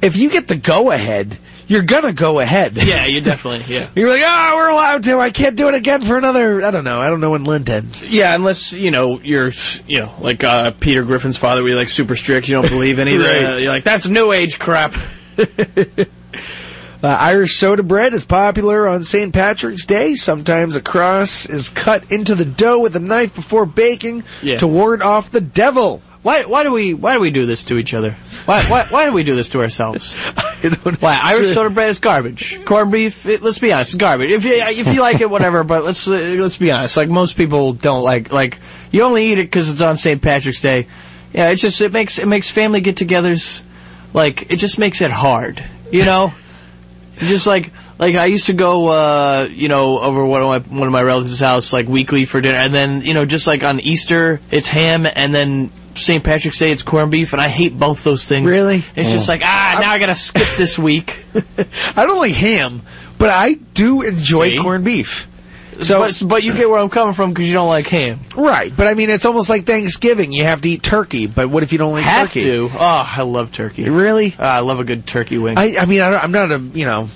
[SPEAKER 3] if you get the go ahead, you're gonna go ahead.
[SPEAKER 4] yeah, you definitely yeah.
[SPEAKER 3] You're like, oh, we're allowed to. I can't do it again for another. I don't know. I don't know when Lent ends.
[SPEAKER 4] Yeah, unless you know you're you know like uh, Peter Griffin's father, we like super strict. You don't believe any of that.
[SPEAKER 3] Right.
[SPEAKER 4] You're like that's new age crap.
[SPEAKER 3] Uh, Irish soda bread is popular on St. Patrick's Day. Sometimes a cross is cut into the dough with a knife before baking
[SPEAKER 4] Yeah.
[SPEAKER 3] to ward off the devil.
[SPEAKER 4] Why why do we why do we do this to each other? Why why why do we do this to ourselves?
[SPEAKER 3] I don't know.
[SPEAKER 4] Why Irish soda bread is garbage. Corned beef, it, let's be honest, it's garbage. If you if you like it, whatever. But let's uh, let's be honest. Like most people don't like like you only eat it because it's on St. Patrick's Day. Yeah, it just it makes it makes family get-togethers like it just makes it hard. You know, just like like I used to go uh, you know over one of my one of my relatives' house like weekly for dinner, and then you know just like on Easter it's ham, and then. St. Patrick's Day, it's corned beef, and I hate both those things.
[SPEAKER 3] Really?
[SPEAKER 4] It's just like ah, now I gotta skip this week.
[SPEAKER 3] I don't like ham, but I do enjoy
[SPEAKER 4] See?
[SPEAKER 3] corned beef. So
[SPEAKER 4] but, but you get where I'm coming from because you don't like ham.
[SPEAKER 3] right, but I mean it's almost like Thanksgiving. You have to eat turkey, but what if you don't like
[SPEAKER 4] Have
[SPEAKER 3] turkey?
[SPEAKER 4] to. Oh, I love turkey.
[SPEAKER 3] Really?
[SPEAKER 4] Ah, I love a good turkey wing.
[SPEAKER 3] I I mean I don't, I'm not a you know.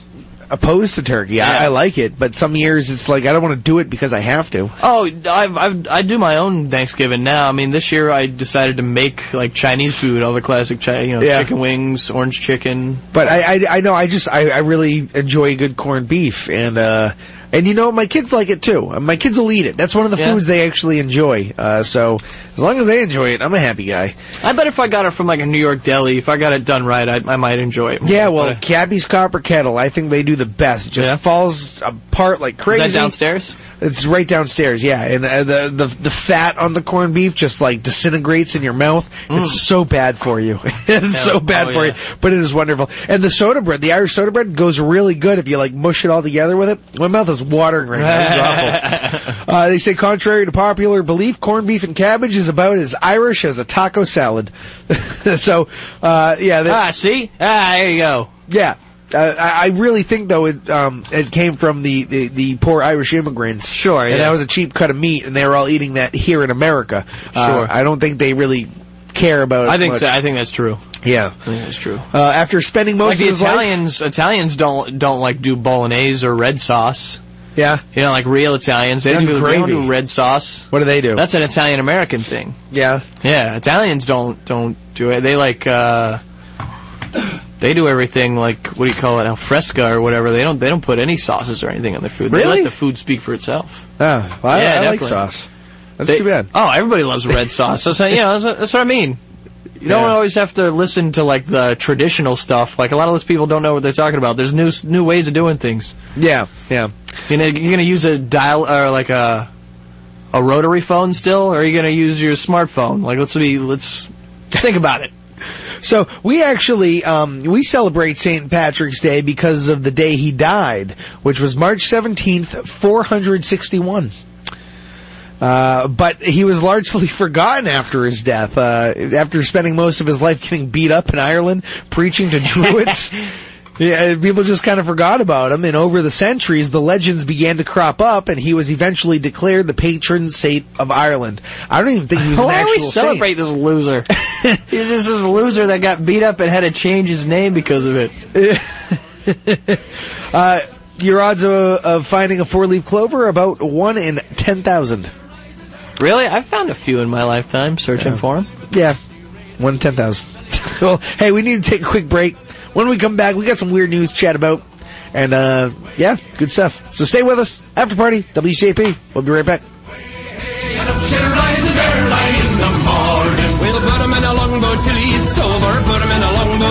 [SPEAKER 3] opposed to turkey. I,
[SPEAKER 4] Yeah.
[SPEAKER 3] I like it, but some years it's like I don't want to do it because I have to.
[SPEAKER 4] Oh, I've, I've, I do my own Thanksgiving now. I mean, this year I decided to make like Chinese food, all the classic, chi- you know,
[SPEAKER 3] Yeah.
[SPEAKER 4] chicken wings, orange chicken.
[SPEAKER 3] But I, I, I know I just I, I really enjoy good corned beef and uh and you know my kids like it too. And My kids will eat it. That's one of the
[SPEAKER 4] Yeah.
[SPEAKER 3] foods they actually enjoy. Uh, so as long as they enjoy it, I'm a happy guy.
[SPEAKER 4] I bet if I got it from like a New York deli, if I got it done right, I, I might enjoy it.
[SPEAKER 3] Yeah, well,
[SPEAKER 4] But, uh,
[SPEAKER 3] Cabby's Copper Kettle, I think they do the best. It just
[SPEAKER 4] Yeah.
[SPEAKER 3] falls apart like
[SPEAKER 4] uh,
[SPEAKER 3] crazy.
[SPEAKER 4] is that downstairs?
[SPEAKER 3] It's right downstairs, yeah. And uh, the the the fat on the corned beef just like disintegrates in your mouth. It's so bad for you. it's
[SPEAKER 4] Mm. Yeah.
[SPEAKER 3] so bad
[SPEAKER 4] Oh,
[SPEAKER 3] for
[SPEAKER 4] yeah.
[SPEAKER 3] you. But it is wonderful. And the soda bread, the Irish soda bread, goes really good if you like mush it all together with it. My mouth is watering right now. This is awful. Uh, they say, contrary to popular belief, corned beef and cabbage is about as Irish as a taco salad. so, uh, yeah, they-
[SPEAKER 4] ah, see? Ah, there you go.
[SPEAKER 3] yeah. Uh, I I really think though it um it came from the, the, the poor Irish immigrants.
[SPEAKER 4] Sure,
[SPEAKER 3] And
[SPEAKER 4] yeah.
[SPEAKER 3] that was a cheap cut of meat, and they were all eating that here in America. Uh,
[SPEAKER 4] Sure.
[SPEAKER 3] I don't think they really care about. it
[SPEAKER 4] I think
[SPEAKER 3] much.
[SPEAKER 4] so. I think that's true.
[SPEAKER 3] Yeah.
[SPEAKER 4] I think that's true.
[SPEAKER 3] Uh, after spending most
[SPEAKER 4] Like the
[SPEAKER 3] of his
[SPEAKER 4] Italians, Italians don't don't like do bolognese or red sauce.
[SPEAKER 3] life. Yeah.
[SPEAKER 4] You know, like real Italians, they
[SPEAKER 3] They
[SPEAKER 4] don't
[SPEAKER 3] do
[SPEAKER 4] do, they don't
[SPEAKER 3] gravy.
[SPEAKER 4] do red sauce.
[SPEAKER 3] What do they do?
[SPEAKER 4] That's an Italian American thing.
[SPEAKER 3] yeah.
[SPEAKER 4] Yeah, Italians don't don't do it. They like uh they do everything like what do you call it, al fresco or whatever. They don't they don't put any sauces or anything on their food.
[SPEAKER 3] Really?
[SPEAKER 4] They let the food speak for itself.
[SPEAKER 3] Oh, well, I,
[SPEAKER 4] Yeah,
[SPEAKER 3] I like
[SPEAKER 4] definitely.
[SPEAKER 3] sauce. That's
[SPEAKER 4] They-
[SPEAKER 3] too bad.
[SPEAKER 4] Oh, everybody loves red sauce. That's you know that's, that's what I mean. You don't
[SPEAKER 3] Yeah.
[SPEAKER 4] always have to listen to like the traditional stuff. Like a lot of those people don't know what they're talking about. There's new s- new ways of doing things.
[SPEAKER 3] Yeah. Yeah.
[SPEAKER 4] You know, you're gonna use a dial or like a a rotary phone still, or are you gonna use your smartphone? Like let's be let's think about it.
[SPEAKER 3] So we actually um, we celebrate St. Patrick's Day because of the day he died, which was March seventeenth, four hundred sixty-one. Uh, but he was largely forgotten after his death. Uh, after spending most of his life getting beat up in Ireland, preaching to Druids, yeah, people just kind of forgot about him. And over the centuries, the legends began to crop up, and he was eventually declared the patron saint of Ireland. I don't even think he was an
[SPEAKER 4] Why do
[SPEAKER 3] actual
[SPEAKER 4] we celebrate this loser? He's just this loser that got beat up and had to change his name because of it.
[SPEAKER 3] uh, your odds of, of finding a four-leaf clover are about one in ten thousand.
[SPEAKER 4] Really? I've found a few in my lifetime searching
[SPEAKER 3] Yeah.
[SPEAKER 4] for him.
[SPEAKER 3] Yeah, one in ten thousand. well, hey, we need to take a quick break. When we come back, we got some weird news to chat about, and uh, yeah, good stuff. So stay with us. After party, WCAP. We'll be right back.
[SPEAKER 7] We'll put him in a longboat till he's sober. Put him in a longboat.